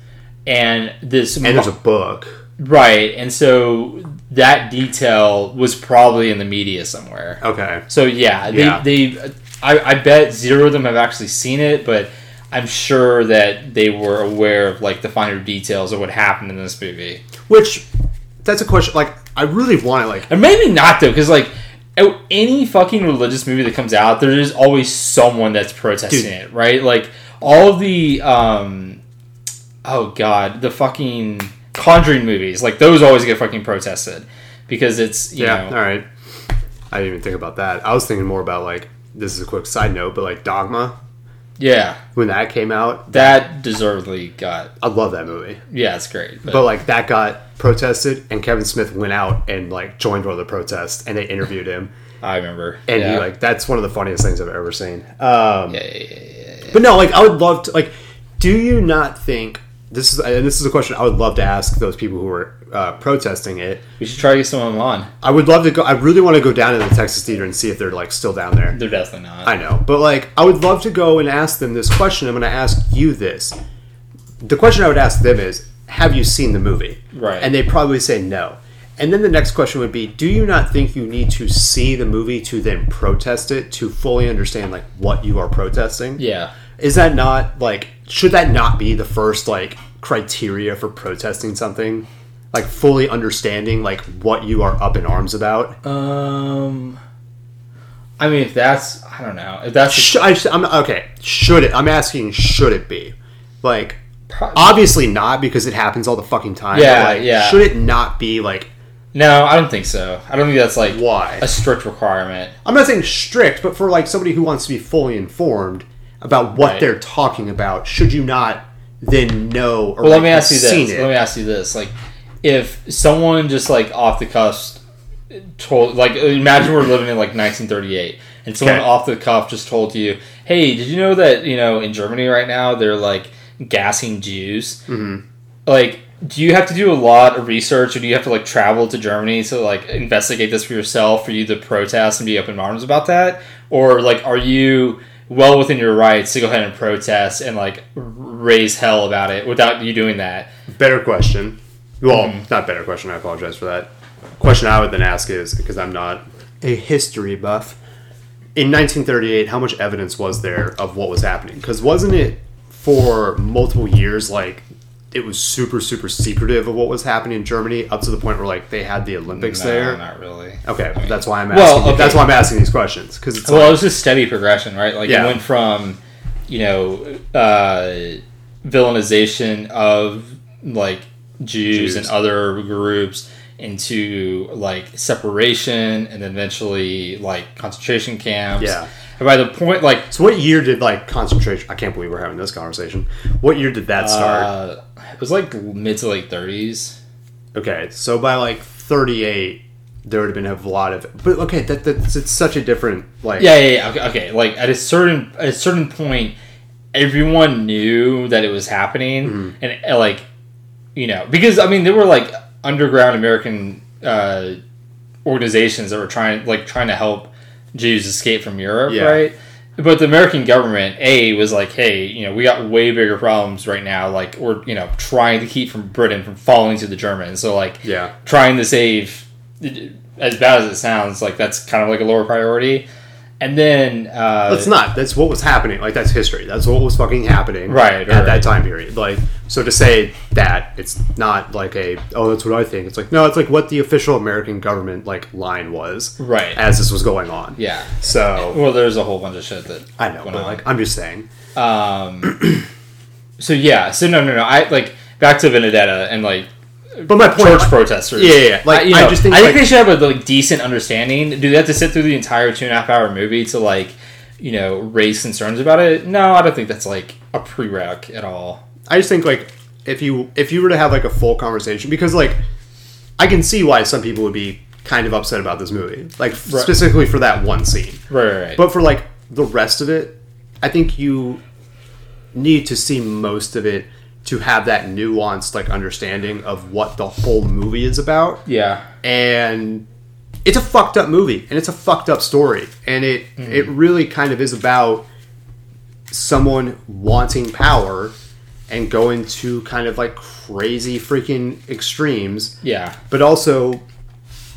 Speaker 2: and this
Speaker 1: and there's a book.
Speaker 2: right, and so that detail was probably in the media somewhere.
Speaker 1: Okay.
Speaker 2: So yeah, they,
Speaker 1: Yeah.
Speaker 2: they I, I bet zero of them have actually seen it, but I'm sure that they were aware of like the finer details of what happened in this movie.
Speaker 1: Which that's a question like I really want to like
Speaker 2: And maybe not though, because like a- any fucking religious movie that comes out, there is always someone that's protesting
Speaker 1: Dude.
Speaker 2: it, right? Like all the um, oh god, the fucking Conjuring movies, like those always get fucking protested because it's you
Speaker 1: Yeah,
Speaker 2: know
Speaker 1: all right. I didn't even think about that. I was thinking more about like this is a quick side note, but like Dogma
Speaker 2: yeah
Speaker 1: when that came out,
Speaker 2: that deservedly got
Speaker 1: I love that movie.
Speaker 2: yeah it's great, but,
Speaker 1: But like that got protested, and Kevin Smith went out and like joined one of the protests, and they interviewed him,
Speaker 2: I remember
Speaker 1: and
Speaker 2: yeah.
Speaker 1: he like that's one of the funniest things I've ever seen. Um,
Speaker 2: yeah, yeah, yeah, yeah.
Speaker 1: But no, like I would love to like. Do you not think this is? And this is a question I would love to ask those people who were uh, protesting it.
Speaker 2: we should try to get someone on.
Speaker 1: I would love to go. I really want to go down to the Texas Theater and see if they're like still down there.
Speaker 2: They're definitely not.
Speaker 1: I know, but like, I would love to go and ask them this question. I'm going to ask you this. The question I would ask them is, "Have you seen the movie?"
Speaker 2: Right.
Speaker 1: And they probably say no. And then the next question would be, "Do you not think you need to see the movie to then protest it to fully understand like what you are protesting?"
Speaker 2: yeah,
Speaker 1: Is that not like should that not be the first like criteria for protesting something? like fully understanding like what you are up in arms about.
Speaker 2: Um, I mean, if that's I don't know if that's
Speaker 1: Sh- I, am okay. Should it? I'm asking. Should it be? Like,
Speaker 2: Pro-
Speaker 1: obviously not because it happens all the fucking time. but,
Speaker 2: Yeah,
Speaker 1: like,
Speaker 2: yeah.
Speaker 1: Should it not be like
Speaker 2: no, I don't think so. I don't think that's like
Speaker 1: why?
Speaker 2: a strict requirement.
Speaker 1: I'm not saying strict, but for like somebody who wants to be fully informed about what
Speaker 2: Right.
Speaker 1: they're talking about, should you not then know or
Speaker 2: Well, let
Speaker 1: like,
Speaker 2: me
Speaker 1: have
Speaker 2: ask you
Speaker 1: seen
Speaker 2: this.
Speaker 1: it?
Speaker 2: Let me ask you this. Like, if someone just like off the cuff told, like, imagine we're living in like 1938, and someone
Speaker 1: Okay.
Speaker 2: off the cuff just told you, "Hey, did you know that you know in Germany right now they're like gassing Jews?"
Speaker 1: Mm-hmm.
Speaker 2: Like, do you have to do a lot of research, or do you have to like travel to Germany to like investigate this for yourself for you to protest and be up in arms about that, or like, are you well within your rights to go ahead and protest and like r- raise hell about it without you doing that?
Speaker 1: Better question. Well,
Speaker 2: Mm-hmm.
Speaker 1: not better question. I apologize for that. Question I would then ask is because I'm not a history buff. In 1938, how much evidence was there of what was happening? Because wasn't it for multiple years like it was super super secretive of what was happening in Germany up to the point where like they had the Olympics
Speaker 2: No,
Speaker 1: there?
Speaker 2: not really.
Speaker 1: Okay, that's why I'm asking.
Speaker 2: Well, okay.
Speaker 1: That's why I'm asking these questions because it's
Speaker 2: Well, it
Speaker 1: like,
Speaker 2: was just steady progression, right? Like
Speaker 1: Yeah.
Speaker 2: it went from, you know, uh, villainization of like Jews,
Speaker 1: Jews.
Speaker 2: and other groups into like separation, and eventually like concentration camps.
Speaker 1: Yeah.
Speaker 2: And by the point, like
Speaker 1: so. What year did like concentration? I can't believe we're having this conversation. What year did that start?
Speaker 2: uh, it was like mid to late thirties.
Speaker 1: Okay, so by like 38, there would have been a lot of. But okay, that, that's it's such a different like.
Speaker 2: Yeah, yeah, yeah. Okay, okay. Like at a certain at a certain point, everyone knew that it was happening,
Speaker 1: Mm-hmm.
Speaker 2: and uh, like you know, because I mean, there were like underground American uh, organizations that were trying like trying to help Jews escape from Europe,
Speaker 1: Yeah.
Speaker 2: right? But the American government, a was like, hey, you know, we got way bigger problems right now. Like we're you know trying to keep from Britain from falling to the Germans. So like
Speaker 1: Yeah.
Speaker 2: trying to save as bad as it sounds like that's kind of like a lower priority and then uh
Speaker 1: That's not. That's what was happening. Like that's history. That's what was fucking happening.
Speaker 2: Right,
Speaker 1: at
Speaker 2: right,
Speaker 1: that
Speaker 2: right.
Speaker 1: time period. Like so to say that it's not like a oh that's what I think. It's like no, it's like what the official American government like line was
Speaker 2: Right.
Speaker 1: as this was going on.
Speaker 2: yeah
Speaker 1: So
Speaker 2: well there's a whole bunch of shit that
Speaker 1: I know,
Speaker 2: went
Speaker 1: but
Speaker 2: on.
Speaker 1: like I'm just saying.
Speaker 2: so yeah so no no no i like back to vendetta and like
Speaker 1: But my point.
Speaker 2: church protesters
Speaker 1: Yeah, yeah, yeah. Like,
Speaker 2: I, you
Speaker 1: I
Speaker 2: know,
Speaker 1: just think,
Speaker 2: i think
Speaker 1: like-
Speaker 2: they should have a like decent understanding do they have to sit through the entire two and a half hour movie to like you know raise concerns about it no i don't think that's like a prereq at all
Speaker 1: I just think like if you if you were to have like a full conversation because like I can see why some people would be kind of upset about this movie, like specifically for that one scene.
Speaker 2: right right, right.
Speaker 1: But for like the rest of it, I think you need to see most of it to have that nuanced like understanding of what the whole movie is about
Speaker 2: yeah
Speaker 1: and it's a fucked up movie and it's a fucked up story and it it really kind of is about someone wanting power and going to kind of like crazy freaking extremes
Speaker 2: yeah
Speaker 1: but also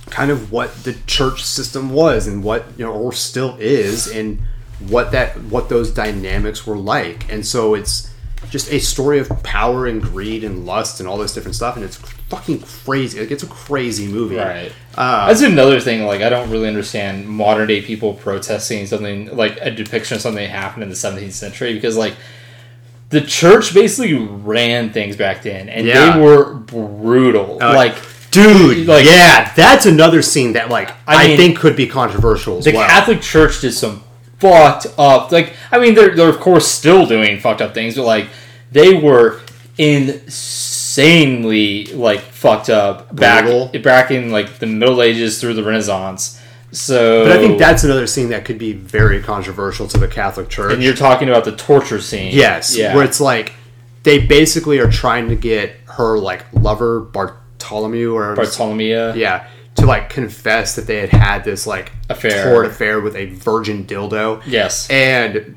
Speaker 1: kind of what the church system was and what you know or still is and what that what those dynamics were like and so it's just a story of power and greed and lust and all this different stuff and it's fucking crazy like it's a crazy movie
Speaker 2: Right.
Speaker 1: Uh,
Speaker 2: That's another thing. Like, I don't really understand modern day people protesting something like a depiction of something that happened in the 17th century because, like, the church basically ran things back then, and
Speaker 1: Yeah. Uh,
Speaker 2: they were brutal. like,
Speaker 1: dude
Speaker 2: Like-
Speaker 1: yeah that's another scene that like i,
Speaker 2: I mean,
Speaker 1: think could be controversial as
Speaker 2: the
Speaker 1: well
Speaker 2: Catholic Church did some fucked up. Like, I mean, they're they're of course still doing fucked up things, but like, they were insanely like fucked up back
Speaker 1: Brutal.
Speaker 2: back in like the Middle Ages through the Renaissance. So,
Speaker 1: but i think that's another scene that could be very controversial to the catholic church
Speaker 2: And you're talking about the torture scene.
Speaker 1: Yes,
Speaker 2: Yeah.
Speaker 1: where it's like they basically are trying to get her like lover Bartholomew or
Speaker 2: Bartolomea.
Speaker 1: yeah to like confess that they had had this like
Speaker 2: Affair.
Speaker 1: toward affair with a virgin dildo.
Speaker 2: Yes.
Speaker 1: and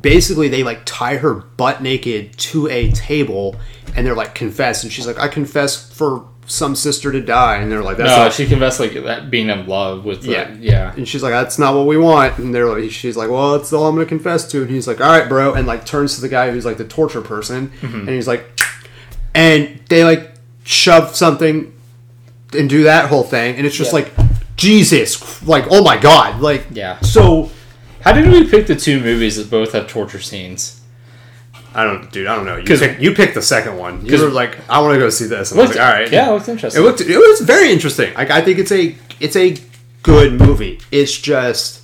Speaker 1: basically they like tie her butt naked to a table and they're like confess and she's like I confess for some sister to die and they're like that's
Speaker 2: no,
Speaker 1: not
Speaker 2: she confessed like that being in love with the,
Speaker 1: Yeah.
Speaker 2: yeah. yeah.
Speaker 1: and she's like, "That's not what we want." And they're like, "She's like, well, that's all I'm gonna confess to." And he's like, "All right, Mm-hmm. bro," and like turns to the guy who's like the torture person, and he's like, and they like shove something and do that whole thing, and it's just
Speaker 2: Yeah.
Speaker 1: like Jesus, like oh my god, like
Speaker 2: Yeah.
Speaker 1: So
Speaker 2: How did we pick the two movies that both have torture scenes?
Speaker 1: I don't, dude, I don't know. You
Speaker 2: 'Cause-
Speaker 1: pick, you picked the second one. You
Speaker 2: 'Cause-
Speaker 1: were like, I want to go see this. And I was like, all right,
Speaker 2: Yeah, it looks
Speaker 1: It
Speaker 2: interesting.
Speaker 1: looked. It was very interesting. Like I think it's a it's a good movie. It's just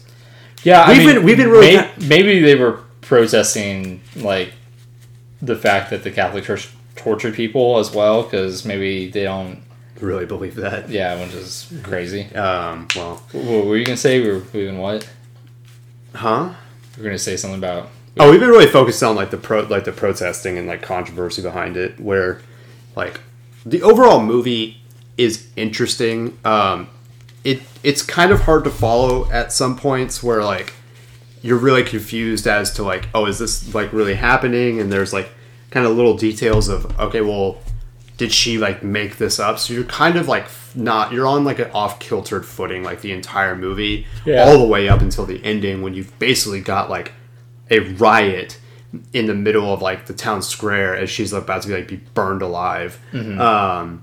Speaker 2: yeah,
Speaker 1: We've
Speaker 2: I mean,
Speaker 1: been- we've been really
Speaker 2: may- maybe they were protesting like the fact that the Catholic Church tortured people as well because maybe they don't.
Speaker 1: really believe that.
Speaker 2: Yeah, which is
Speaker 1: Mm-hmm.
Speaker 2: crazy.
Speaker 1: Um. Well.
Speaker 2: What were you gonna say? We were even what?
Speaker 1: Huh.
Speaker 2: We were gonna say something about.
Speaker 1: Oh, we've been really focused on like the pro like the protesting and like controversy behind it. Where, like, the overall movie is interesting. Um, it it's kind of hard to follow at some points where like you're really confused as to like oh is this like really happening and there's like kind of little details of okay well did she like make this up so you're kind of like f- not you're on like an off kiltered footing like the entire movie
Speaker 2: Yeah.
Speaker 1: all the way up until the ending when you've basically got like a riot in the middle of like the town square as she's about to be like be burned alive um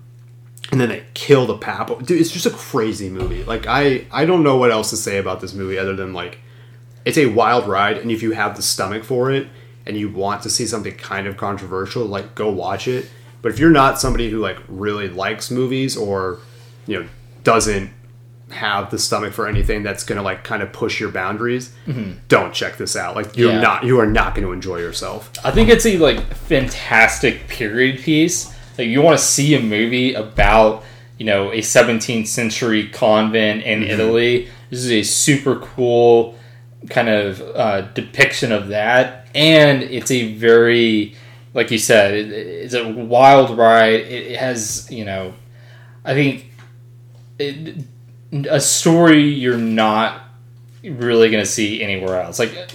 Speaker 1: and then they kill the papal dude it's just a crazy movie like i i don't know what else to say about this movie other than like it's a wild ride and if you have the stomach for it and you want to see something kind of controversial like go watch it but if you're not somebody who like really likes movies or you know doesn't have the stomach for anything that's going to like kind of push your boundaries don't check this out like you're
Speaker 2: Yeah.
Speaker 1: not you are not going to enjoy yourself
Speaker 2: I think it's a like fantastic period piece. Like you want to see a movie about you know a 17th century convent in Italy. This is a super cool kind of uh, depiction of that, and it's a very like you said, it, it's a wild ride. It, it has you know, I think it, a story you're not really going to see anywhere else. Like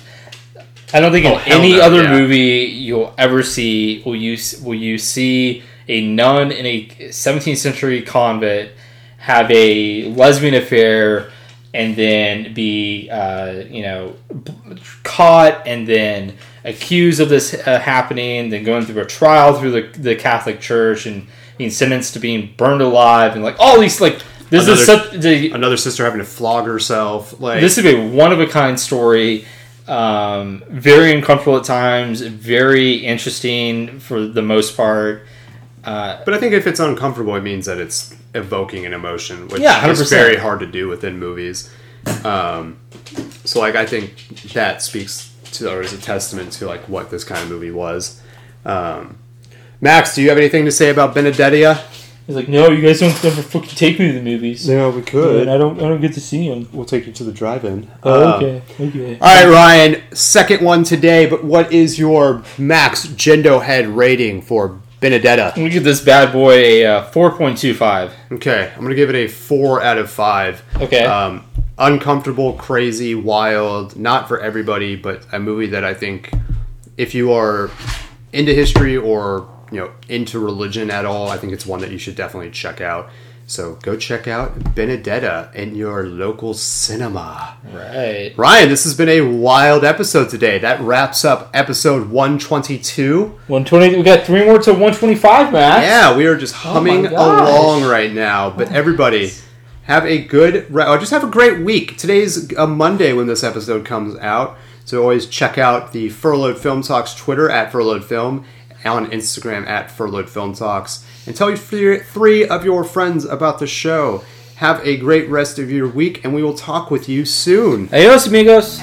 Speaker 2: I don't think in
Speaker 1: Oh, hell
Speaker 2: any
Speaker 1: no,
Speaker 2: other
Speaker 1: yeah.
Speaker 2: movie you'll ever see will you will you see a nun in a 17th century convent have a lesbian affair and then be uh, you know b- caught and then accused of this uh, happening then going through a trial through the, the catholic church and being sentenced to being burned alive and like all these like this is
Speaker 1: Another-
Speaker 2: such the,
Speaker 1: another sister having to flog herself like
Speaker 2: this is a one of a kind story. Um, very uncomfortable at times. Very interesting for the most part. Uh,
Speaker 1: But I think if it's uncomfortable, it means that it's evoking an emotion, which
Speaker 2: Yeah,
Speaker 1: is
Speaker 2: 100%.
Speaker 1: very hard to do within movies. Um, so, like, I think that speaks to or is a testament to like what this kind of movie was. Um, Max, do you have anything to say about Benedetta?
Speaker 2: he's like, no, you guys don't ever fucking take me to the movies.
Speaker 1: No, we
Speaker 2: I don't. I don't get to see him.
Speaker 1: We'll take you to the drive-in.
Speaker 2: Oh, okay. Okay.
Speaker 1: Um, all right, Ryan. Second one today, but what is your Max Gendo head rating for Benedetta?
Speaker 2: We give this bad boy a uh, four point two five.
Speaker 1: Okay, I'm gonna give it a four out of five.
Speaker 2: Okay.
Speaker 1: Um, uncomfortable, crazy, wild. Not for everybody, but a movie that I think, if you are into history or you know into religion at all, I think it's one that you should definitely check out. So go check out Benedetta in your local cinema.
Speaker 2: Right.
Speaker 1: Ryan, this has been a wild episode today. That wraps up episode 122.
Speaker 2: One twenty. We got three more to one twenty five, Max.
Speaker 1: Yeah, we are just humming
Speaker 2: gosh.
Speaker 1: along right now. But everybody, have a good, re- or just have a great week. Today's a Monday when this episode comes out. So always check out the Furloughed Film Talks Twitter at Furloughed Film, on Instagram at Furloughed Film Talks, and tell your three three of your friends about the show. Have a great rest of your week, and we will talk with you soon.
Speaker 2: Adios, amigos.